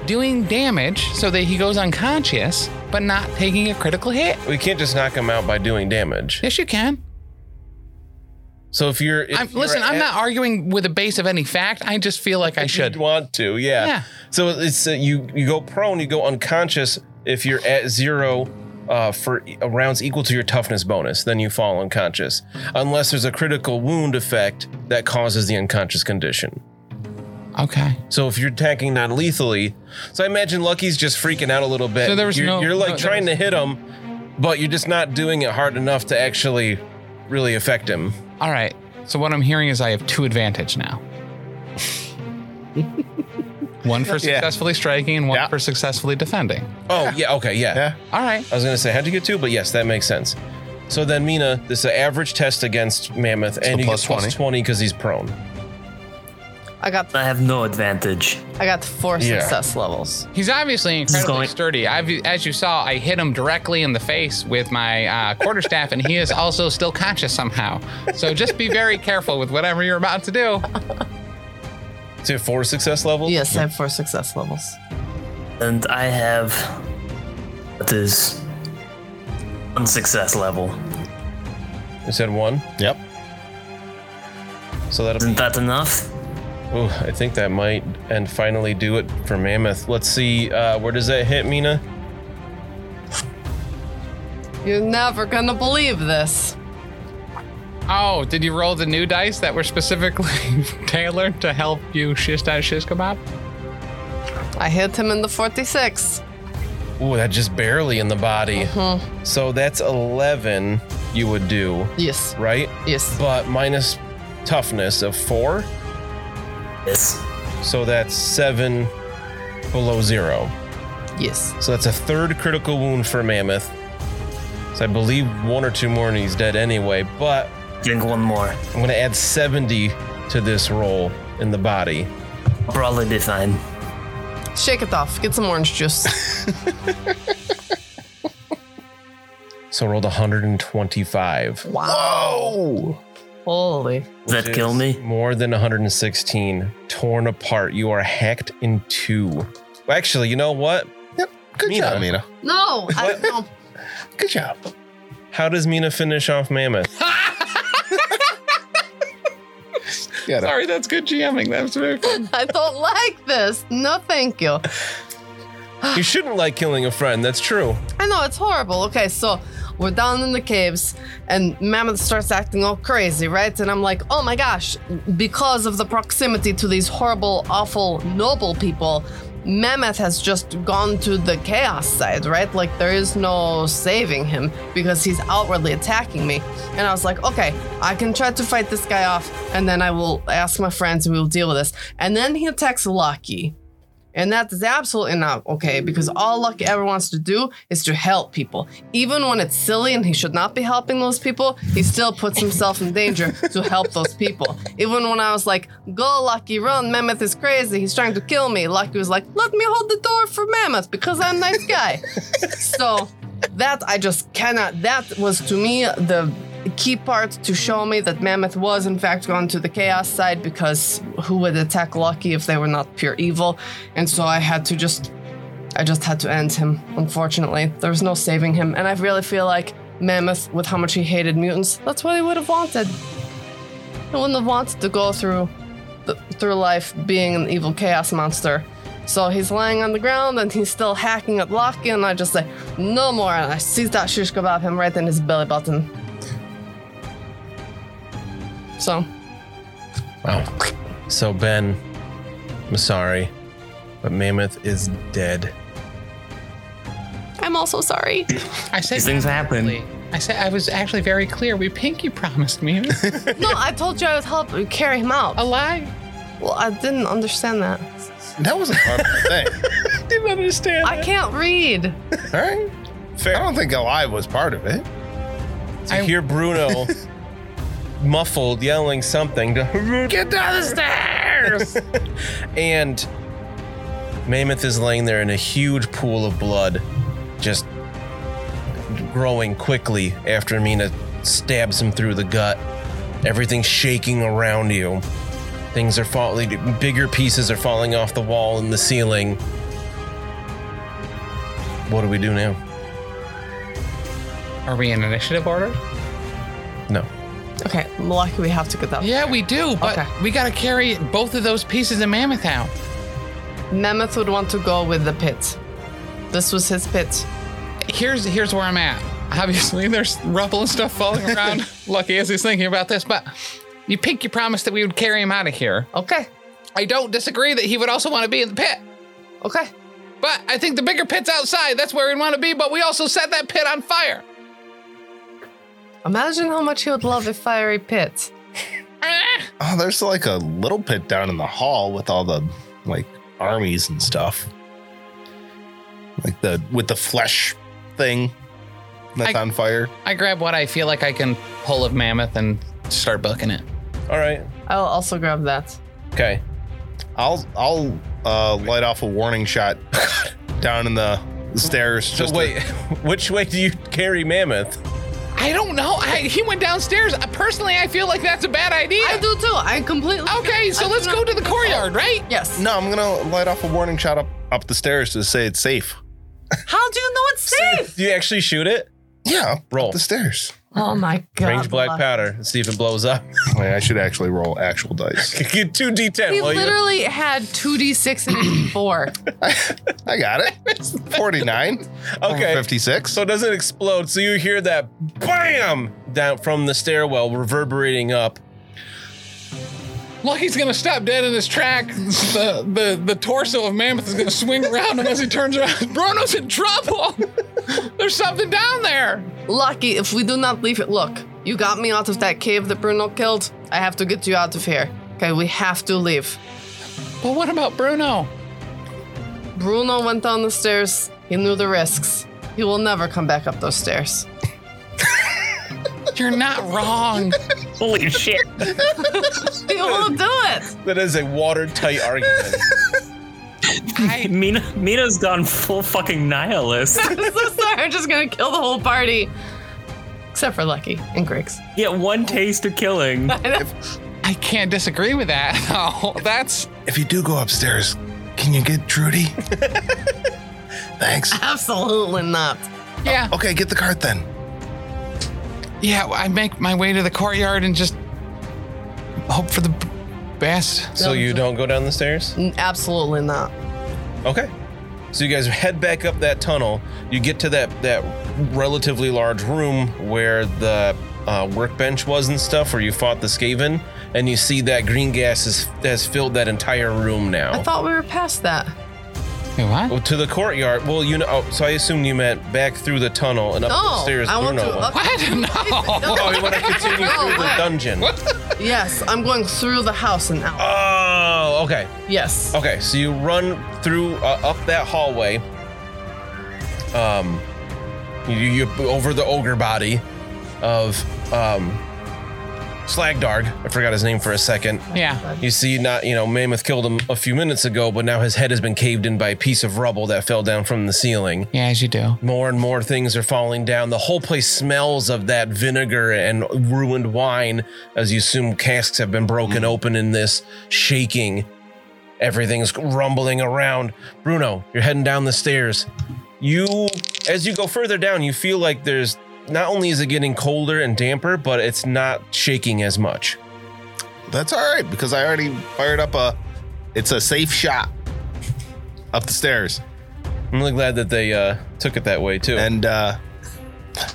B: doing damage so that he goes unconscious, but not taking a critical hit.
C: We can't just knock him out by doing damage.
B: Yes, you can.
C: So if you're, if
B: I'm,
C: you're
B: listen, I'm
C: at-
B: not arguing with a base of any fact. I just feel like I
C: You'd
B: should.
C: want to, yeah.
B: Yeah.
C: So it's uh, you you go prone, you go unconscious if you're at zero uh, for e- rounds equal to your toughness bonus, then you fall unconscious, unless there's a critical wound effect that causes the unconscious condition.
B: Okay.
C: So if you're attacking non-lethally, so I imagine Lucky's just freaking out a little bit.
B: So there was
C: you're,
B: no-
C: you're
B: no,
C: like
B: there
C: trying
B: was-
C: to hit him, but you're just not doing it hard enough to actually really affect him.
B: All right. So what I'm hearing is I have two advantage now. one for successfully striking and one
A: Yeah.
B: for successfully defending.
C: Oh yeah, okay, yeah.
A: Yeah.
B: All right.
C: I was gonna say how'd you get two, but yes, that makes sense. So then Mina, this is an average test against Mammoth, and you
A: plus
C: get plus
A: 20.
C: twenty because he's prone.
D: I got
E: I have no advantage.
D: I got four
C: Yeah.
D: success levels.
B: He's obviously incredibly
E: going-
B: sturdy. I've, as you saw, I hit him directly in the face with my uh, quarterstaff, and he is also still conscious somehow. So just be very careful with whatever you're about to do.
C: So you have four success levels.
D: Yes, I have four success levels.
E: And I have. What is. One success level.
C: You said one,
A: Yep.
C: so that'll.
E: Isn't that enough?
C: Ooh, I think that might and finally do it for Mammoth. Let's see, uh, where does that hit, Mina?
D: You're never gonna believe this.
B: Oh, did you roll the new dice that were specifically tailored to help you shish out shish kebab?
D: I hit him in the 46.
C: Ooh, that just barely in the body. So that's 11 you would do,
D: Yes,
C: right?
D: yes.
C: But minus toughness of four.
E: Yes.
C: So that's seven below zero.
D: Yes.
C: So that's a third critical wound for Mammoth. So I believe one or two more and he's dead anyway. But
E: Drink one more.
C: I'm going to add 70 to this roll in the body.
E: I'll probably be fine.
D: Shake it off. Get some orange juice.
C: So I rolled 125.
D: Wow.
A: Oh.
D: Holy.
E: Does that
C: which
E: kill
C: is
E: me?
C: More than 116. Torn apart. You are hacked in two. Well, actually, you know what?
A: Yep. Good
C: Mina.
A: job, Mina.
D: No, I don't know.
A: Good job.
C: How does Mina finish off Mammoth?
A: Yeah. no.
B: Sorry, that's good GMing. That's very fun.
D: I don't like this. No, thank you.
C: you shouldn't like killing a friend. That's true.
D: I know it's horrible. Okay, so we're down in the caves, and Mammoth starts acting all crazy, right? And I'm like, oh my gosh, because of the proximity to these horrible, awful, noble people, Mammoth has just gone to the chaos side, right? Like there is no saving him because he's outwardly attacking me. And I was like, okay, I can try to fight this guy off, and then I will ask my friends and we will deal with this. And then he attacks Lucky. And that is absolutely not okay because all Lucky ever wants to do is to help people. Even when it's silly and he should not be helping those people, he still puts himself in danger to help those people. Even when I was like, go Lucky, run, Mammoth is crazy, he's trying to kill me. Lucky was like, let me hold the door for Mammoth because I'm a nice guy. so that I just cannot, that was to me the key part to show me that Mammoth was in fact gone to the Chaos side because who would attack Lucky if they were not pure evil? And so I had to just I just had to end him, unfortunately. There was no saving him, and I really feel like Mammoth, with how much he hated mutants, that's what he would have wanted. He wouldn't have wanted to go through th- through life being an evil chaos monster. So he's lying on the ground and he's still hacking at Lucky, and I just say, no more, and I seize that shish kebab him right in his belly button. So
C: Wow. So Ben, I'm sorry, but Mammoth is dead.
D: I'm also sorry.
B: I said
E: These things happen.
B: I said I was actually very clear. We pinky promised me
D: no, I told you I would help you carry him out.
B: a lie.
D: Well, I didn't understand that.
A: That wasn't part of the thing.
C: Didn't understand.
D: I can't read.
A: All right. I don't think alive was part of it.
C: So
B: I-
C: hear Bruno muffled yelling something to
A: Get down the stairs.
C: and Mammoth is laying there in a huge pool of blood, just growing quickly after Mina stabs him through the gut. Everything's shaking around you. Things are falling, bigger pieces are falling off the wall and the ceiling. What do we do now?
B: Are we in initiative order?
C: No.
D: Okay, I'm lucky we have to get that.
B: Yeah, we do, but
D: Okay.
B: we gotta carry both of those pieces of mammoth out.
D: Mammoth would want to go with the pit. This was his pit.
B: Here's here's where I'm at. Obviously, there's rubble and stuff falling around. Lucky as he's thinking about this, but you pinky promised that we would carry him out of here.
D: Okay,
B: I don't disagree that he would also want to be in the pit,
D: okay.
B: but I think the bigger pit's outside. That's where we want to be. But we also set that pit on fire.
D: Imagine how much he would love a fiery pit.
B: Ah!
A: Oh, there's like a little pit down in the hall with all the like armies and stuff. Like the with the flesh thing that's
B: I-
A: on fire.
B: I grab what I feel like I can pull of mammoth and start booking it.
C: All right.
D: I'll also grab that.
C: Okay.
A: I'll I'll uh, light off a warning shot down in the stairs.
C: So
A: Just to-
C: wait, which way do you carry Mammoth?
B: I don't know. I, he went downstairs. Uh, Personally, I feel like that's a bad idea.
D: I do too. I completely.
B: Okay, so
D: I
B: let's
D: do
B: go
D: not-
B: to the courtyard, right?
D: Yes.
A: no, I'm gonna light off a warning shot up up the stairs to say it's safe.
D: How do you know it's safe?
C: Do you actually shoot it?
A: Yeah,
C: Roll.
A: up the stairs.
D: Oh my god.
C: Range black powder. See if it blows up.
A: Wait, I should actually roll actual dice.
C: Get two
D: He
C: D10 while you
D: literally had 2d6 and 4.
A: I got it. 49.
C: Okay.
A: 56.
C: So it doesn't explode. So you hear that BAM down from the stairwell reverberating up.
B: Lucky's gonna stop dead in his track. The, the the torso of Mammoth is gonna swing around, and as he turns around, Bruno's in trouble. There's something down there.
D: Lucky, if we do not leave it, look, you got me out of that cave that Bruno killed. I have to get you out of here. Okay, we have to leave.
B: But what about Bruno?
D: Bruno went down the stairs. He knew the risks. He will never come back up those stairs.
B: You're not wrong.
E: Holy shit.
D: He won't do it.
C: That is a watertight argument.
B: I,
E: Mina, Mina's gone full fucking nihilist.
D: I'm so sorry. I'm just gonna kill the whole party, except for Lucky and Griggs.
E: Yet one taste of killing.
B: I can't disagree with that. Oh, that's
A: If you do go upstairs, can you get Trudy? Thanks.
D: Absolutely not.
B: yeah,
A: Okay, get the cart then.
B: yeah. I make my way to the courtyard and just hope for the best.
C: so you don't go down the stairs?
D: N- Absolutely not.
C: Okay. So you guys head back up that tunnel. You get to that that relatively large room where the uh, workbench was and stuff, where you fought the Skaven, and you see that green gas is, has filled that entire room now.
D: I thought we were past that.
B: Wait, what?
C: Well, to the courtyard. Well, you know. Oh, so I assumed you meant back through the tunnel and up the
D: No,
C: stairs.
D: I want
C: Bruno
D: to.
C: went.
D: Up-
B: What? No.
C: Oh, you want to continue
D: No,
C: through the
D: what?
C: dungeon?
D: Yes, I'm going through the house and out.
C: Oh, okay.
D: yes.
C: Okay, so you run through uh, up that hallway. Um, you, you over the ogre body of um, Slagdarg. I forgot his name for a second.
B: Yeah.
C: You see, not you know, Mammoth killed him a few minutes ago, but now his head has been caved in by a piece of rubble that fell down from the ceiling.
B: Yeah, as you do.
C: More and more things are falling down. The whole place smells of that vinegar and ruined wine, as you assume casks have been broken open in this shaking. Everything's rumbling around. Bruno, you're heading down the stairs. You, as you go further down, you feel like there's not only is it getting colder and damper, but it's not shaking as much.
A: That's all right because I already fired up a. It's a safe shot up the stairs,
C: I'm really glad that they uh, took it that way too.
A: and uh,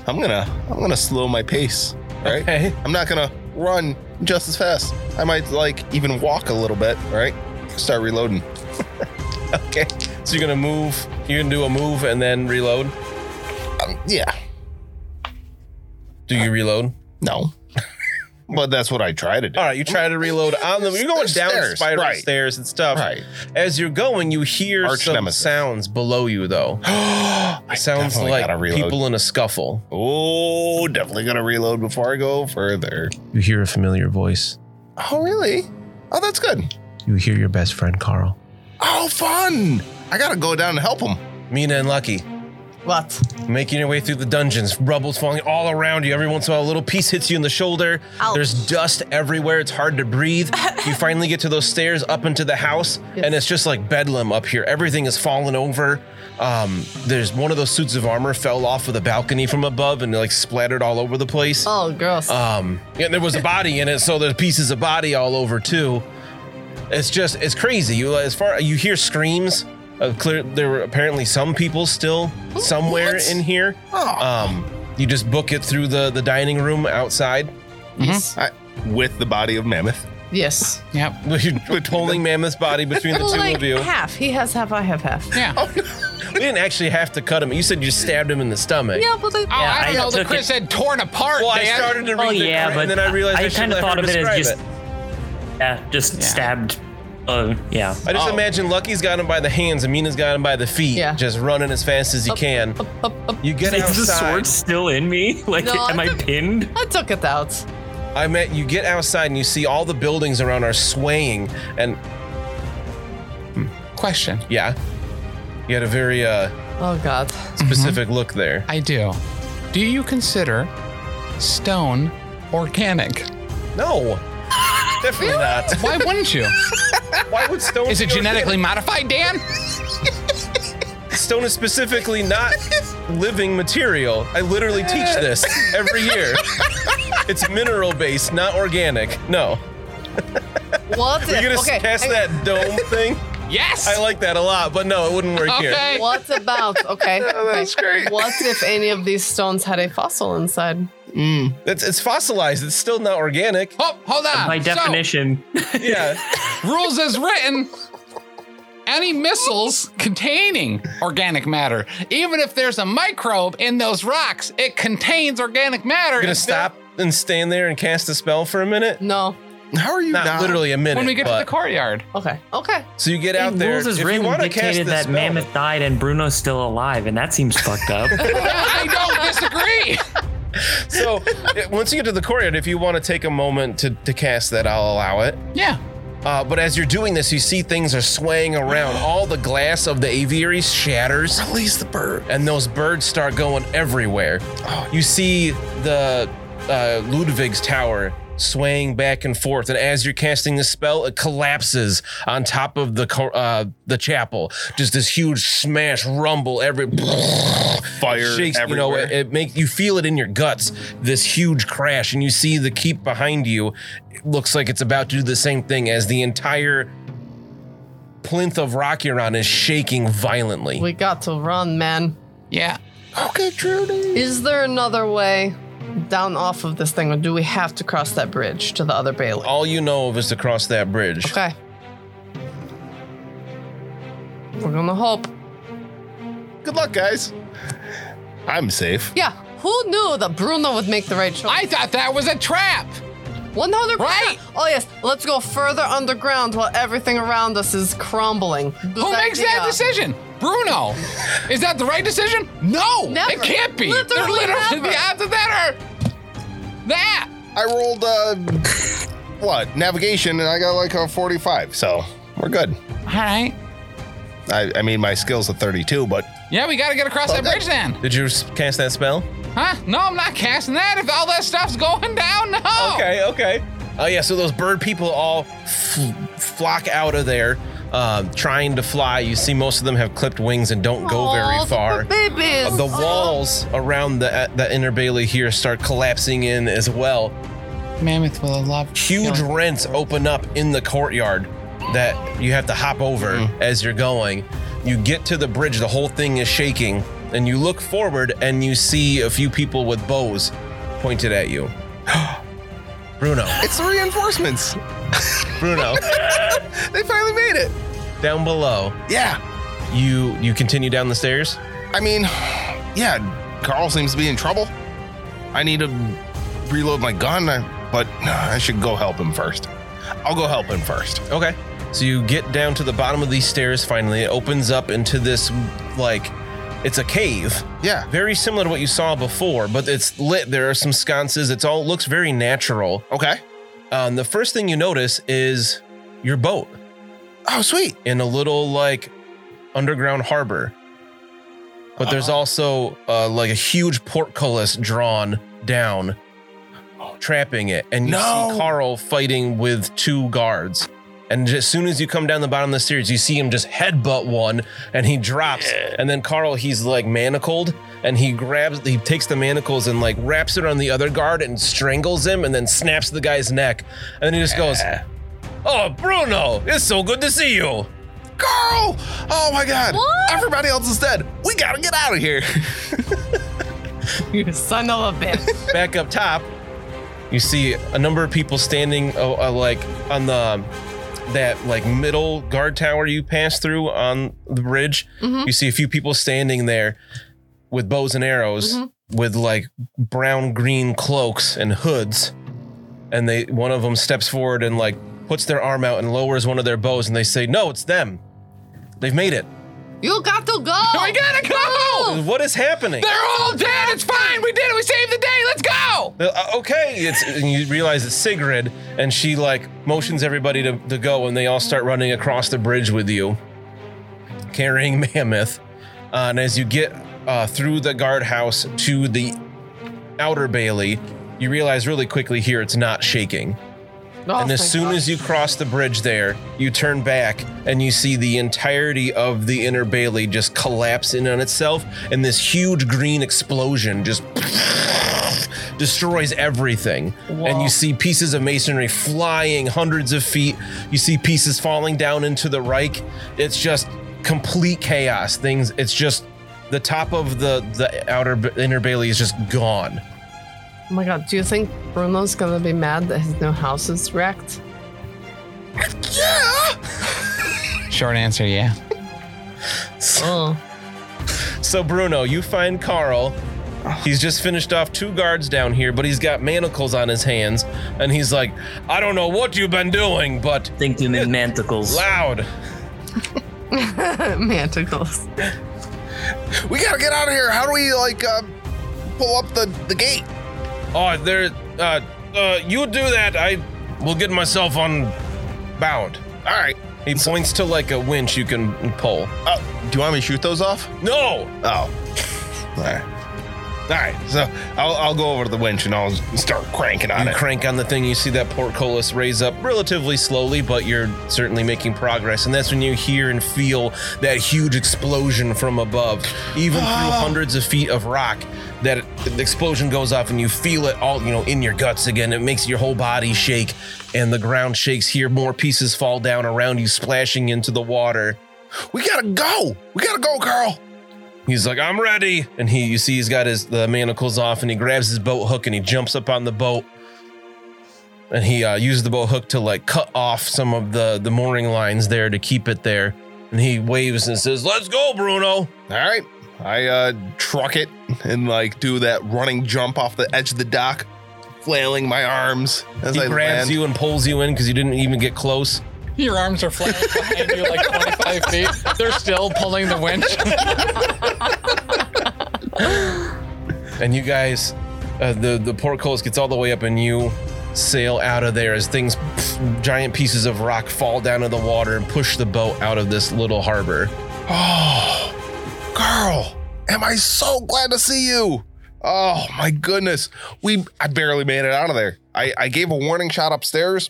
A: I'm gonna I'm gonna slow my pace. Right,
C: Okay.
A: I'm not gonna run just as fast. I might like even walk a little bit. All right, start reloading.
C: okay. So you're gonna move. You're gonna do a move and then reload.
A: Yeah,
C: Do you reload?
A: no, but that's what I try to do.
C: All right, you try to reload on them. You're going
A: There's
C: down
A: stairs,
C: spiral
A: right.
C: stairs and stuff.
A: Right.
C: As you're going, you hear
A: Arch
C: some
A: nemesis.
C: sounds below you, though. sounds
A: definitely
C: like
A: gotta reload.
C: people in a scuffle.
A: Oh, definitely gonna reload before I go further.
C: You hear a familiar voice.
A: Oh, really? Oh, that's good.
C: You hear your best friend Carl.
A: Oh, fun! I gotta go down and help him.
C: Mina and Lucky,
D: What?
C: making your way through the dungeons. Rubble's falling all around you. Every once in a while, a little piece hits you in the shoulder.
D: Ouch.
C: There's dust everywhere. It's hard to breathe. you finally get to those stairs up into the house, and it's just like bedlam up here. Everything is falling over. Um, there's one of those suits of armor fell off of the balcony from above and like splattered all over the place.
D: Oh, gross.
C: Um, yeah, there was a body in it, so there's pieces of body all over too. It's just it's crazy. You as far you hear screams. Of clear, there were apparently some people still somewhere
A: What?
C: in here. Um, you just book it through the the dining room outside.
D: yes.
A: I, with the body of Mammoth.
D: Yes.
B: Yep.
C: You're holding Mammoth's body between mm-hmm. the
D: Well,
C: two
D: like
C: of you.
D: half. He has half. I have half.
B: Yeah. Oh,
C: We didn't actually have to cut him. You said you stabbed him in the stomach.
D: Yeah, but like,
B: I don't
E: I
B: know. The
E: took
B: Chris
E: it-
B: said torn apart.
C: Well, I
B: Dan.
C: started to read
E: Oh
C: the
E: yeah,
C: crit,
E: but
C: and then I realized I,
E: kind of thought of it as just yeah, just stabbed. Oh yeah,
C: I just imagine Lucky's got him by the hands, and Mina's got him by the feet,
D: Yeah.
C: just running as fast as he can. You get
E: is the
C: outside.
E: sword still in me? Like,
D: No,
E: am I
D: it's a-
E: pinned?
D: I took it out.
C: I meant you get outside and you see all the buildings around are swaying, and
B: Question.
C: yeah, you had a very uh,
D: Oh God.
C: specific look there.
B: I do. Do you consider stone organic?
C: No, definitely not.
B: Why wouldn't you?
C: Why would stone?
B: Is it
C: be
B: genetically modified, Dan?
C: organic? Stone is specifically not living material. I literally teach this every year. It's mineral based, not organic. No,
D: What?
C: you're gonna
D: okay.
C: cast
D: hang-
C: that dome thing.
B: Yes.
C: I like that a lot, but no, it wouldn't work here.
B: Okay.
D: What about? Okay.
C: Oh,
A: that's
D: okay.
A: great.
D: What if any of these stones had a fossil inside?
C: It's, it's fossilized. It's still not organic.
B: Oh, hold on.
E: By
B: So,
E: definition,
C: Yeah.
B: rules as written. Any missiles containing organic matter, even if there's a microbe in those rocks, it contains organic matter.
C: You're gonna
B: It's still-
C: stop and stand there and cast a spell for a minute?
D: No.
A: How are you
C: Not
A: not?
C: literally a minute.
B: when we get to
C: but-
B: the courtyard.
D: Okay. Okay.
C: so you get
E: the
C: out there.
E: rules as
C: if you
E: written
C: wanna cast
E: dictated
C: the
E: that
C: spell-
E: Mammoth died and Bruno's still alive, and that seems fucked up.
B: I don't disagree.
C: So it- once you get to the courtyard, if you want to take a moment to, to cast that, I'll allow it.
B: Yeah.
C: Uh, but as you're doing this, you see things are swaying around. All the glass of the aviary shatters.
A: Release the bird.
C: and those birds start going everywhere. You see the uh, Ludwig's tower swaying back and forth, and as you're casting the spell, it collapses on top of the co- uh, the chapel. Just this huge smash, rumble, every
A: Fire
C: shakes. You know,
A: everywhere.
C: it, it makes you feel it in your guts. This huge crash, and you see the keep behind you. It looks like it's about to do the same thing as the entire. Plinth of Rockuron is shaking violently.
D: We got to run, man.
B: Yeah.
A: Okay, Trudy.
D: Is there another way down off of this thing, or do we have to cross that bridge to the other bailey?
C: All you know of is to cross that bridge.
D: Okay. We're gonna hope.
A: Good luck, guys. I'm safe.
D: Yeah, who knew that Bruno would make the right choice?
B: I thought that was a trap.
D: 100%.
B: Right.
D: Oh, yes. Let's go further underground while everything around us is crumbling.
B: Who makes that decision? Bruno. Is that the right decision? No.
D: Never.
B: It can't be. They're
D: Literally
B: literally
D: never.
B: the odds of that are that.
A: I rolled uh what? Navigation and I got like a 45. So, we're good.
B: All right.
A: I I mean my skills are 32, but
B: Yeah, we gotta get across that
A: Okay.
B: bridge then.
C: Did you s- cast that spell?
B: Huh? No, I'm not casting that. If all that stuff's going down, no.
C: Okay, okay. Oh yeah, so those bird people all f- flock out of there, um, trying to fly. You see, most of them have clipped wings and don't go very far.
D: Babies.
C: Uh, The walls around the uh, the inner bailey here start collapsing in as well.
B: Mammoth will love
C: Huge rents open up in the courtyard that you have to hop over as you're going. You get to the bridge, the whole thing is shaking, and you look forward and you see a few people with bows pointed at you. Bruno,
A: it's the reinforcements.
C: Bruno,
A: They finally made it.
C: down below.
A: Yeah.
C: You you continue down the stairs.
A: I mean, yeah, Carl seems to be in trouble. I need to reload my gun, I, but I should go help him first. I'll go help him first.
C: Okay. So you get down to the bottom of these stairs finally. It opens up into this like it's a cave.
A: Yeah.
C: Very similar to what you saw before, but it's lit. There are some sconces. It's all looks very natural.
A: Okay.
C: Um, the first thing you notice is your boat
A: Oh, sweet.
C: in a little like underground harbor. But there's also uh, like a huge portcullis drawn down, trapping it. And you
A: No.
C: see Carl fighting with two guards. And as soon as you come down the bottom of the stairs, you see him just headbutt one and he drops. And then Carl, he's like manacled and he grabs, he takes the manacles and like wraps it on the other guard and strangles him and then snaps the guy's neck. And then he just goes, Oh, Bruno, it's so good to see you.
A: Carl! Oh my god. Everybody else is dead. We gotta get out of here.
D: You son of a bitch.
C: back up top, you see a number of people standing uh, uh, like on the um, that like middle guard tower you pass through on the bridge. You see a few people standing there with bows and arrows with like brown green cloaks and hoods. And they one of them steps forward and like puts their arm out and lowers one of their bows and they say, "No, it's them. They've made it."
D: you got to go.
B: We gotta go.
C: What is happening?
B: They're all dead. It's fine. We did it. We saved the day. Let's go.
C: Uh, okay, it's and you realize it's Sigrid, and she like motions everybody to, to go, and they all start running across the bridge with you, carrying Mammoth. Uh, and as you get uh, through the guardhouse to the outer bailey, you realize really quickly here it's not shaking.
D: Oh,
C: and as
D: thank
C: soon
D: God.
C: as you cross the bridge there, you turn back and you see the entirety of the inner bailey just collapse in on itself, and this huge green explosion just destroys everything. And you see pieces of masonry flying hundreds of feet. You see pieces falling down into the Reich. It's just complete chaos. Things. It's just the top of the the outer inner bailey is just gone.
D: Oh my god, do you think Bruno's gonna be mad that his new house is wrecked?
B: Short answer, yeah.
D: Oh.
C: So Bruno, you find Carl. He's just finished off two guards down here, but he's got manacles on his hands, and he's like, "I don't know what you've been doing, but
E: Think you mean manticles.
C: loud."
D: Manticles.
A: We gotta get out of here. How do we like uh, pull up the, the gate?
C: Oh, there. Uh, uh, you do that. I will get myself unbound.
A: All right.
C: He points to like a winch you can pull.
A: Uh, do you want me to shoot those off?
C: No,
A: Oh. All right. All right. So I'll, I'll go over to the winch and I'll start cranking on
C: you
A: it.
C: crank on the thing. You see that portcullis raise up relatively slowly, but you're certainly making progress. And that's when you hear and feel that huge explosion from above, even through hundreds of feet of rock. That the explosion goes off, and you feel it all, you know, in your guts again. It makes your whole body shake, and the ground shakes. Here, more pieces fall down around you, splashing into the water.
A: we gotta go. We gotta go, Carl.
C: He's like, I'm ready. And he, you see, he's got his the manacles off, and he grabs his boat hook and he jumps up on the boat. And he uh, uses the boat hook to like cut off some of the the mooring lines there to keep it there. And he waves and says, "Let's go, Bruno."
A: All right. I uh, truck it and like do that running jump off the edge of the dock, flailing my arms as
C: He
A: I
C: grabs
A: land.
C: you and pulls you in because you didn't even get close.
B: Your arms are flat behind you like 25 feet. They're still pulling the winch.
C: and you guys, uh, the the portcullis gets all the way up, and you sail out of there as things, pff, giant pieces of rock fall down in the water and push the boat out of this little harbor.
A: Carl, am I so glad to see you? Oh my goodness. We I barely made it out of there. I, I gave a warning shot upstairs.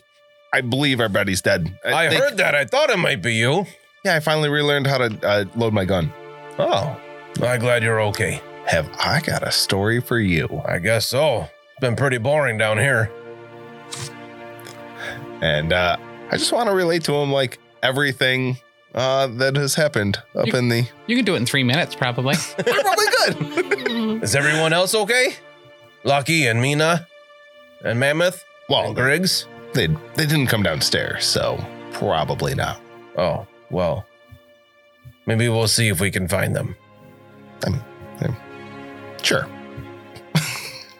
A: I believe our buddy's dead.
C: I,
A: think-
C: heard that. I thought it might be you.
A: Yeah, I finally relearned how to uh, load my gun.
C: Oh, I'm glad you're okay.
A: Have I got a story for you?
C: I guess so. It's been pretty boring down here.
A: And uh, I just want to relate to him like everything uh, that has happened up
B: You-
A: in the.
B: You can do it in three minutes, probably.
A: We're probably good.
C: Is everyone else okay? Lucky and Mina and Mammoth
A: Well,
C: and Griggs.
A: they they didn't come downstairs, so probably not.
C: Oh well, maybe we'll see if we can find them.
A: Sure.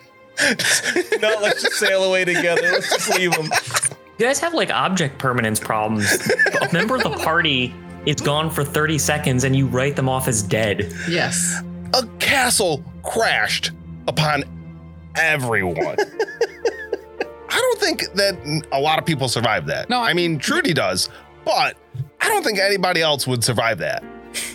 C: no, let's just sail away together. Let's just leave them.
E: You guys have like object permanence problems. A member of the party is gone for 30 seconds and you write them off as dead.
D: Yes.
A: A castle crashed upon everyone. I don't think that a lot of people survive that.
B: No, I-
A: I mean Trudy does, but I don't think anybody else would survive that.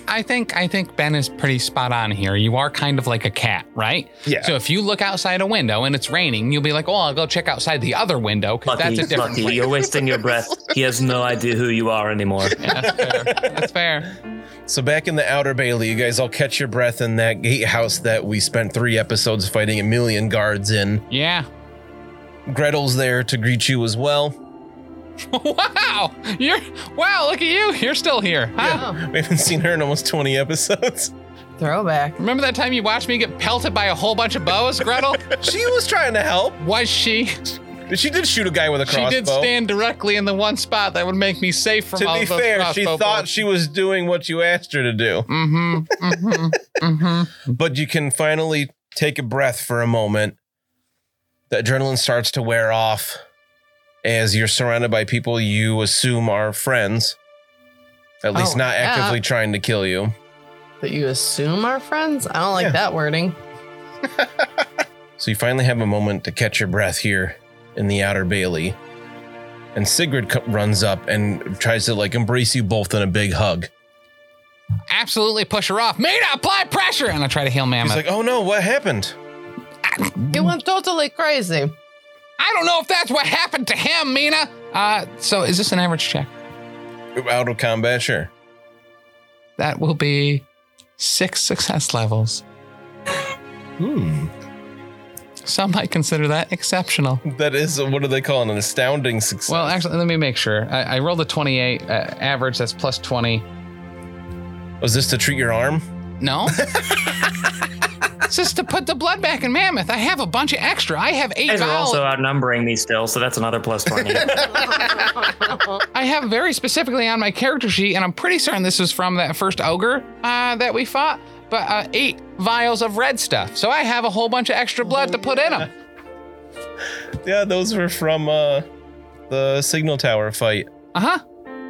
B: I think I think Ben is pretty spot on here. You are kind of like a cat, right?
A: Yeah.
B: So if you look outside a window and it's raining, you'll be like, "Oh, I'll go check outside the other window because
E: Lucky,
B: that's a different."
E: lucky, you're wasting your breath. He has no idea who you are anymore.
B: Yeah, that's fair. That's fair.
C: So back in the Outer Bailey, you guys all catch your breath in that gatehouse that we spent three episodes fighting a million guards in.
B: Yeah.
C: Gretel's there to greet you as well.
B: wow. You're wow. Look at you. You're still here. Huh?
D: Oh,
C: We haven't seen her in almost 20 episodes.
D: throwback.
B: Remember that time you watched me get pelted by a whole bunch of bows, Gretel?
C: She was trying to help.
B: Was she?
C: She did shoot a guy with a
B: She
C: crossbow.
B: did stand directly in the one spot that would make me safe from
C: To
B: all
C: be
B: of those
C: fair, she
B: crossbow
C: thought
B: bolts.
C: she was doing what you asked her to do.
B: Mm-hmm. Mm-hmm. mm-hmm.
C: But you can finally take a breath for a moment. The adrenaline starts to wear off as you're surrounded by people you assume are friends. At least
D: Oh,
C: not
D: yeah.
C: actively trying to kill you.
D: That you assume are friends? I don't like
C: Yeah.
D: that wording.
C: So you finally have a moment to catch your breath here in the outer Bailey. And Sigrid co- runs up and tries to like embrace you both in a big hug.
B: absolutely push her off. Mina, apply pressure. And I try to heal
C: He's
B: Mammoth.
C: like, "Oh no, what happened?"
D: You went totally crazy.
B: I don't know if that's what happened to him, Mina. Uh, so is this an average check?
C: Out of combat, sure.
B: That will be six success levels.
A: Hmm.
B: Some might consider that exceptional.
C: That is what do they call it? An astounding success.
B: Well, actually, let me make sure. I, I rolled a 28 uh, average. That's plus 20.
C: was this to treat your arm?
B: No. it's just to put the blood back in Mammoth. I have a bunch of extra. I have
E: You
B: eight
E: guys are
B: vials.
E: also outnumbering me still, so that's another plus 20.
B: I have very specifically on my character sheet, and I'm pretty certain this was from that first ogre uh, that we fought, but uh, eight vials of red stuff. So I have a whole bunch of extra blood to put in 'em. in them.
C: Yeah, those were from uh, the signal tower fight.
B: Uh huh.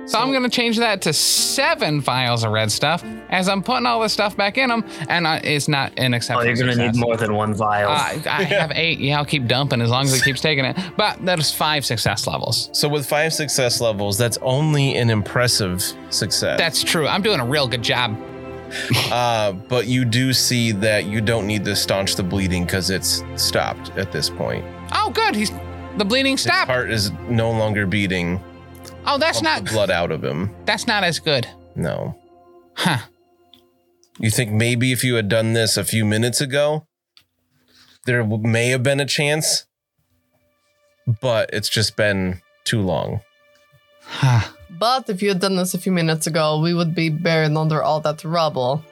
B: So I'm gonna change that to seven vials of red stuff as I'm putting all this stuff back in them, and uh, it's not an
E: oh,
B: exceptional.
E: you're going to need
B: success.
E: more than one vial.
B: Uh,
C: Ah.
B: I I have eight. Yeah, I'll keep dumping as long as it keeps taking it. But that is five success levels.
C: So with five success levels, that's only an impressive success.
B: That's true. I'm doing a real good job.
C: Uh, but you do see that you don't need to staunch the bleeding because it's stopped at this point.
B: Oh, good. He's the bleeding
C: His
B: stopped.
C: heart is no longer beating.
B: Oh, that's
C: Pump
B: not
C: the blood out of him.
B: that's not as good.
C: No.
B: Huh.
C: You think maybe if you had done this a few minutes ago, there w- may have been a chance, but it's just been too long.
B: Huh.
D: But if you had done this a few minutes ago, we would be buried under all that rubble.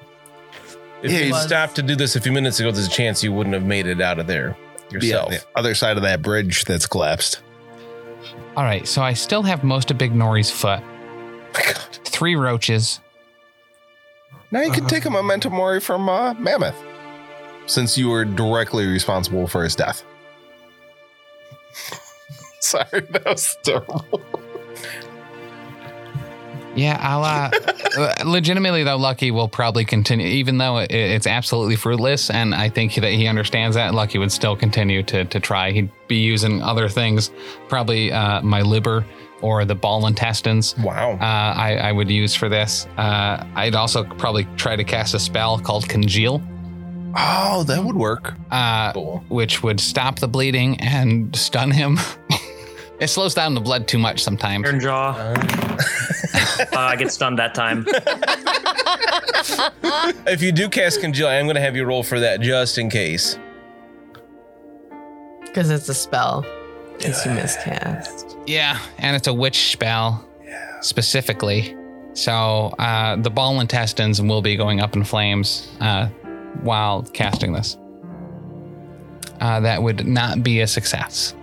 C: If
A: Yeah,
C: you
A: he's-
C: stopped to do this a few minutes ago, there's a chance you wouldn't have made it out of there
A: Yeah,
C: yourself.
A: the other side of that bridge that's collapsed.
B: All right, so I still have most of Big Nori's foot. Three roaches.
A: Now
B: Uh-huh.
A: you can take a memento mori from uh, Mammoth, since you were directly responsible for his death. Sorry, that was terrible.
B: Yeah, I'll. Uh, uh, legitimately, though, Lucky will probably continue, even though it, it's absolutely fruitless, and I think that he understands that. Lucky would still continue to to try. He'd be using other things, probably uh, my liver or the ball intestines.
C: Wow.
B: Uh, I, I would use for this. Uh, I'd also probably try to cast a spell called Congeal,
A: Oh, that would work.
B: uh,
C: cool.
B: which would stop the bleeding and stun him. it slows down the blood too much sometimes.
E: Turn jaw. Uh, I get stunned that time.
C: If you do cast congeal, I'm going to have you roll for that just in case.
D: Because it's a spell. Because you miscast.
B: Yeah, and it's a witch spell specifically. So uh, the ball intestines will be going up in flames uh, while casting this. Uh, that would not be a success.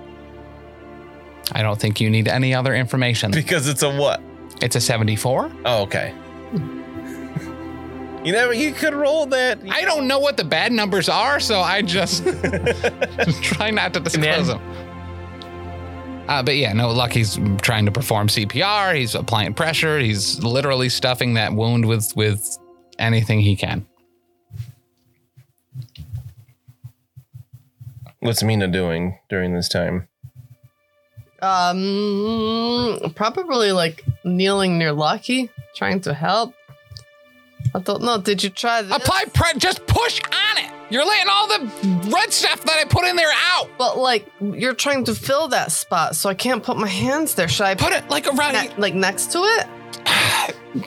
B: I don't think you need any other information.
C: Because it's a what?
B: It's a 74.
C: Oh, okay. you never, you could roll that.
B: I don't know what the bad numbers are, so I just try not to disclose them. Uh, but yeah, no, Lucky's trying to perform CPR. He's applying pressure. He's literally stuffing that wound with with anything he can.
C: What's Mina doing during this time?
D: Um, probably like kneeling near Lucky, trying to help. I don't know. Did you try this?
B: Apply pressure. Just push on it. You're letting all the red stuff that I put in there out.
D: But like, you're trying to fill that spot, so I can't put my hands there. Should I
B: Put it like around.
D: ne- like next to it?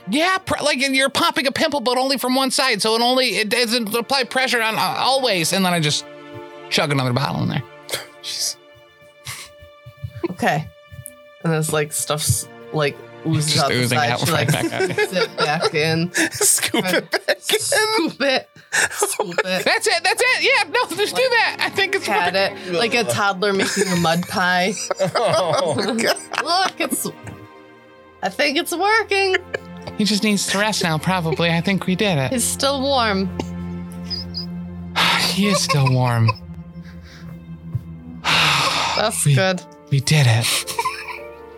B: Yeah, pr- like you're popping a pimple, but only from one side, so it only it doesn't apply pressure on uh, always. And then I just chug another bottle in there.
D: Okay. And it's like stuff's like oozes
B: Just
D: out the
B: oozing
D: side.
B: out
D: She
B: right
D: like
B: back out.
D: sit back in,
A: Scoop
D: Right.
A: it back in.
D: scoop it, scoop it.
B: That's it. That's it. Yeah. No, just do that. I think it's
D: Pat it like a toddler making a mud pie.
C: Oh,
D: Look, it's. I think it's working.
B: He just needs to rest now. Probably. I think we did it.
D: It's still warm.
B: He is still warm.
D: That's
B: We-
D: good.
B: We did it.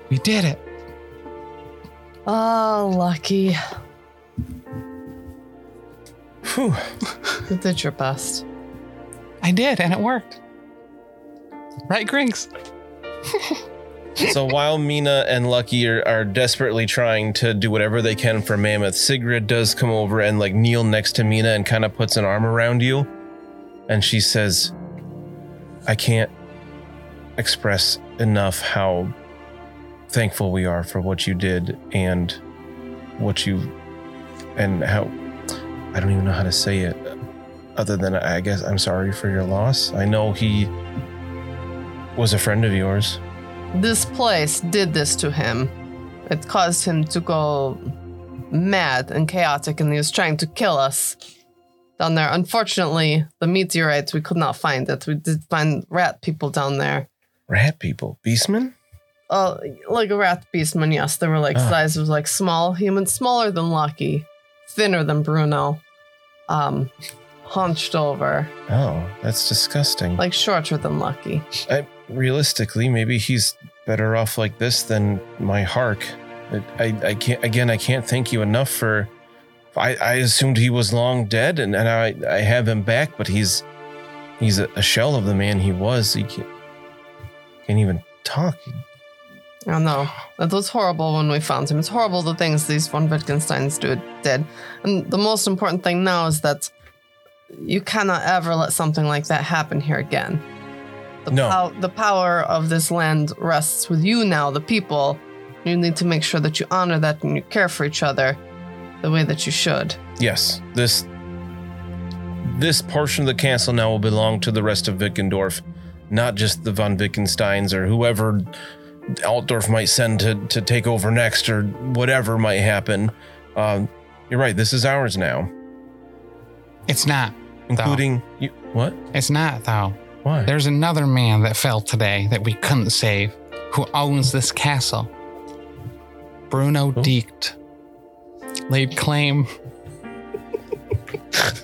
B: We did it.
D: Oh, lucky. You did your best.
B: I did, and it worked. Right, Grinks?
C: so while Mina and Lucky are, are desperately trying to do whatever they can for Mammoth, Sigrid does come over and like kneel next to Mina and kind of puts an arm around you, and she says, "I can't express enough how thankful we are for what you did and what you and how I don't even know how to say it." Other than I guess I'm sorry for your loss. I know he was a friend of yours.
D: This place did this to him. It caused him to go mad and chaotic, and he was trying to kill us down there. Unfortunately, the meteorite, we could not find it. We did find rat people down there.
C: Rat people. Beastmen?
D: Uh, like a rat beastman, yes. They were like
C: Ah.
D: size of like small human, smaller than Lucky, thinner than Bruno, um, hunched over,
C: Oh, that's disgusting.
D: like shorter than Lucky.
C: I, realistically, maybe he's better off like this than my Hark. I, I, I can't, again, I can't thank you enough for. I, I assumed he was long dead and, and I, I have him back, but he's he's a, a shell of the man he was. He can't, can't even talk.
D: I know. That was horrible when we found him. It's horrible the things these von Wittgensteins do, did. And the most important thing now is that you cannot ever let something like that happen here again. The,
C: No.
D: pow- the power of this land rests with you now, the people. You need to make sure that you honor that and you care for each other the way that you should.
C: Yes, this this portion of the castle now will belong to the rest of Wickendorf, not just the von Wittgensteins or whoever Altdorf might send to to take over next or whatever might happen. Um, you're right. This is ours now.
B: It's not.
C: including you. What?
B: It's not though.
C: Why?
B: There's another man that fell today that we couldn't save, who owns this castle. Bruno Diecht laid claim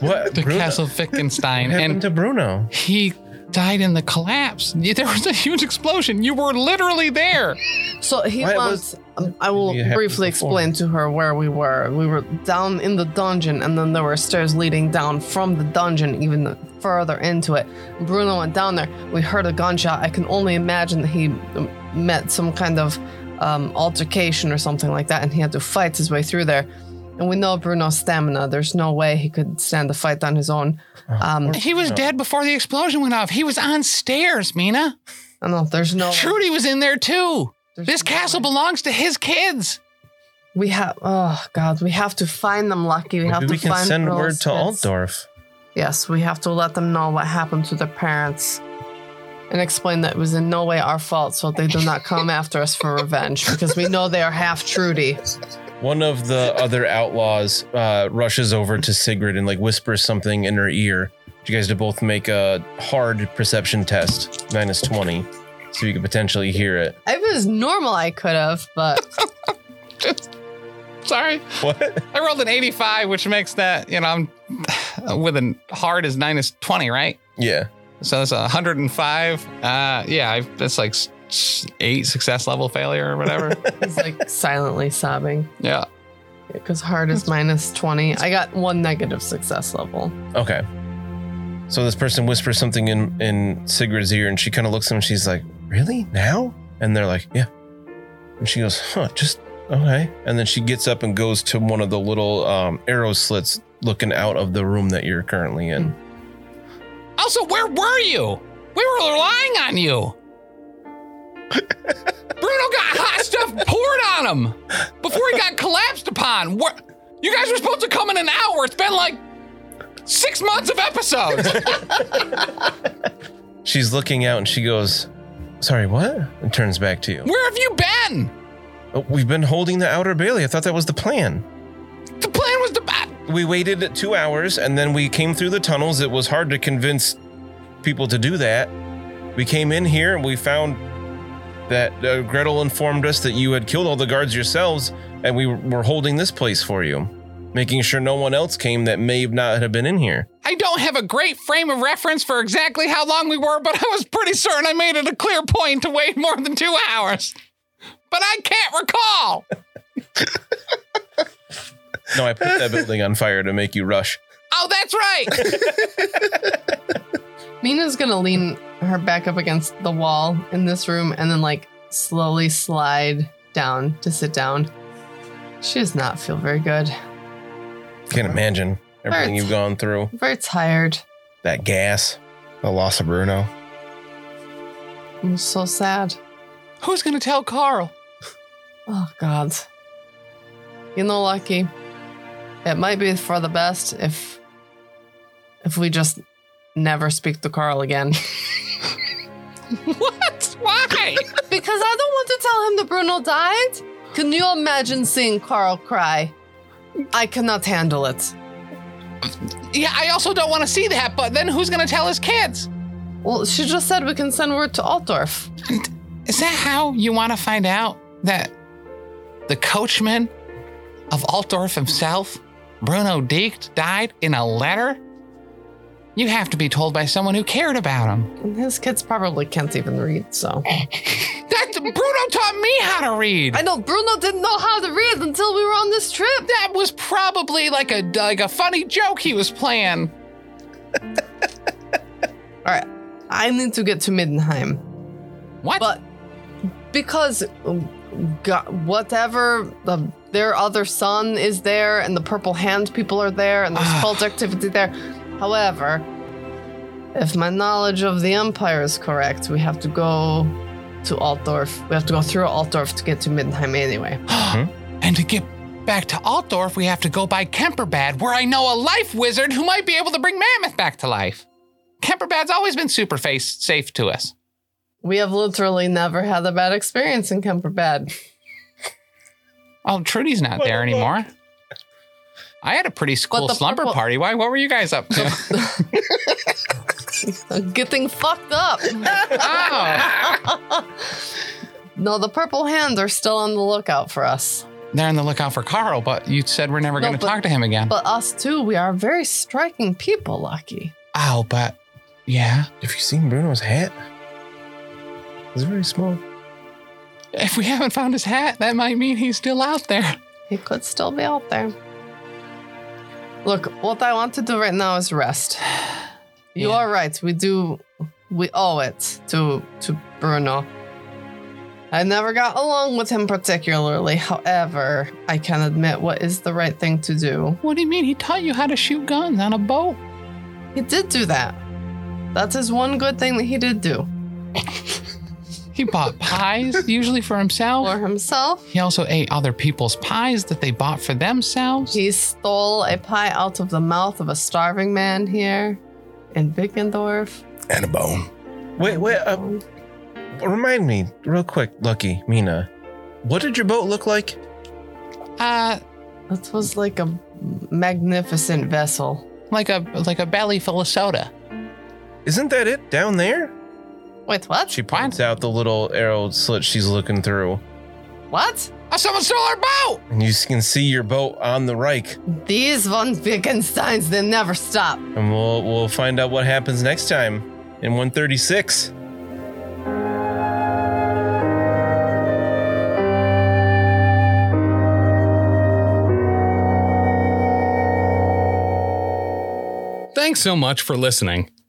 C: what?
B: to
C: Bruno?
B: Castle Wittgenstein,
C: What happened
B: and
C: to Bruno?
B: he died in the collapse. There was a huge explosion. You were literally there.
D: So he
C: Why
D: wants. um, I will
C: It happens
D: briefly
C: before.
D: explain to her where we were. We were down in the dungeon, and then there were stairs leading down from the dungeon even further into it. Bruno went down there. We heard a gunshot. I can only imagine that he um, met some kind of um, altercation or something like that, and he had to fight his way through there. And we know Bruno's stamina. There's no way he could stand a fight on his own. Um,
B: He was dead before the explosion went off. He was on stairs, Mina.
D: I know there's no.
B: Trudy was in there too.
D: there's
B: This
D: no
B: castle
D: way.
B: belongs to his kids.
D: We have, oh God, we have to find them, Lucky. We have
C: Maybe
D: to
C: we can
D: find
C: send
D: Earl
C: word to
D: Smith's-
C: Altdorf.
D: Yes, we have to let them know what happened to their parents and explain that it was in no way our fault, so they do not come after us for revenge because we know they are half Trudy.
C: One of the other outlaws uh, rushes over to Sigrid and like whispers something in her ear. You guys to both make a hard perception test, minus twenty, so you could potentially hear it.
D: If it was normal, I could have, but
B: Sorry.
C: What?
B: I rolled an 85, which makes that, you know, I'm with a hard is minus 20, right?
C: Yeah.
B: So that's 105. Uh, yeah, I, that's like s- s- eight success level failure or whatever.
D: he's like silently sobbing
B: yeah.
D: because hard is minus 20. I got one negative success level.
C: Okay. So this person whispers something in in Sigrid's ear, and she kind of looks at him. And she's like, "Really now?" And they're like, "Yeah." And she goes, "Huh? Just okay." And then she gets up and goes to one of the little um, arrow slits looking out of the room that you're currently in.
B: Also, where were you? We were relying on you. Bruno got hot stuff poured on him before he got collapsed upon. Where, you guys were supposed to come in an hour. It's been like six months of episodes.
C: She's looking out, and she goes, "Sorry, what?" And turns back to you.
B: where have you been?
C: "Oh, We've been holding the outer bailey. I thought that was the plan.
B: The plan was to. I,
C: We waited two hours and then we came through the tunnels. It was hard to convince people to do that. We came in here and we found that uh, Gretel informed us that you had killed all the guards yourselves and we were holding this place for you, making sure no one else came that may not have been in here.
B: I don't have a great frame of reference for exactly how long we were, but I was pretty certain I made it a clear point to wait more than two hours. But I can't recall.
C: No, I put that building on fire to make you rush.
B: Oh, that's right.
D: Mina's gonna lean her back up against the wall in this room and then like slowly slide down to sit down. She does not feel very good.
C: Can't imagine everything you've gone through.
D: Very tired.
C: That gas, the loss of Bruno.
D: I'm so sad.
B: Who's going to tell Carl?
D: Oh God. You know, Lucky. It might be for the best if if we just never speak to Carl again.
B: What? Why?
D: because I don't want to tell him that Bruno died. Can you imagine seeing Carl cry? I cannot handle it.
B: yeah, I also don't want to see that, but then who's going to tell his kids?
D: Well, she just said we can send word to Altdorf.
B: Is that how you want to find out that the coachman of Altdorf himself, Bruno Diecht, died in a letter? You have to be told by someone who cared about him.
D: And his kids probably can't even read, so.
B: That Bruno taught me how to read.
D: I know Bruno didn't know how to read until we were on this trip.
B: that was probably like a like a funny joke he was playing.
D: All right, I need to get to Middenheim.
B: What?
D: But because um, go- whatever the, their other son is there and the Purple Hand people are there and there's cult activity there. However, if my knowledge of the Empire is correct, we have to go to Altdorf. We have to go through Altdorf to get to Middenheim anyway.
B: And to get back to Altdorf, we have to go by Kemperbad, where I know a life wizard who might be able to bring Mammoth back to life. Kemperbad's always been super face safe to us.
D: We have literally never had a bad experience in Kemperbad.
B: Oh, Trudy's not there anymore. I had a pretty cool
D: the
B: slumber
D: purple-
B: party. Why? What were you guys up to?
D: Getting fucked up.
B: oh,
D: no, the purple hands are still on the lookout for us.
B: they're on the lookout for Carl, but you said we're never
D: No,
B: going to
D: but-
B: talk to him again.
D: But us too, we are very striking people, Lucky.
B: oh, but yeah.
C: Have you seen Bruno's hat? It's very small.
B: If we haven't found his hat, that might mean he's still out there.
D: He could still be out there. Look, what I want to do right now is rest. You
B: Yeah.
D: are right. We do. We owe it to to Bruno. I never got along with him particularly. However, I can admit what is the right thing to do.
B: What do you mean? He taught you how to shoot guns on a boat.
D: He did do that. That is one good thing that he did do
B: He bought pies, usually for
D: for
B: himself.
D: himself.
B: He also ate other people's pies that they bought for themselves.
D: He stole a pie out of the mouth of a starving man here in Bickendorf.
A: And a bone.
C: Wait, wait. Uh, remind me, real quick, Lucky Mina. What did your boat look like?
B: Uh,
D: That was like a magnificent vessel.
B: like a like a belly full of soda.
C: Isn't that it down there?
D: Wait, what?
C: She points out the little arrow slit she's looking through,
D: what?
B: Oh, someone stole our boat!
C: and you can see your boat on the Reich.
D: These von Wittgensteins, they never stop.
C: And we'll we'll find out what happens next time in 136.
F: Thanks so much for listening.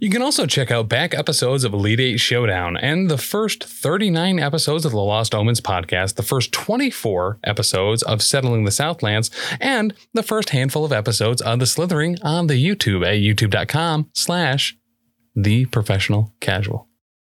F: You can also check out back episodes of Elite Eight Showdown and the first 39 episodes of the Lost Omens podcast, the first 24 episodes of Settling the Southlands, and the first handful of episodes of The Slithering on the YouTube at youtube.com slash the professional casual.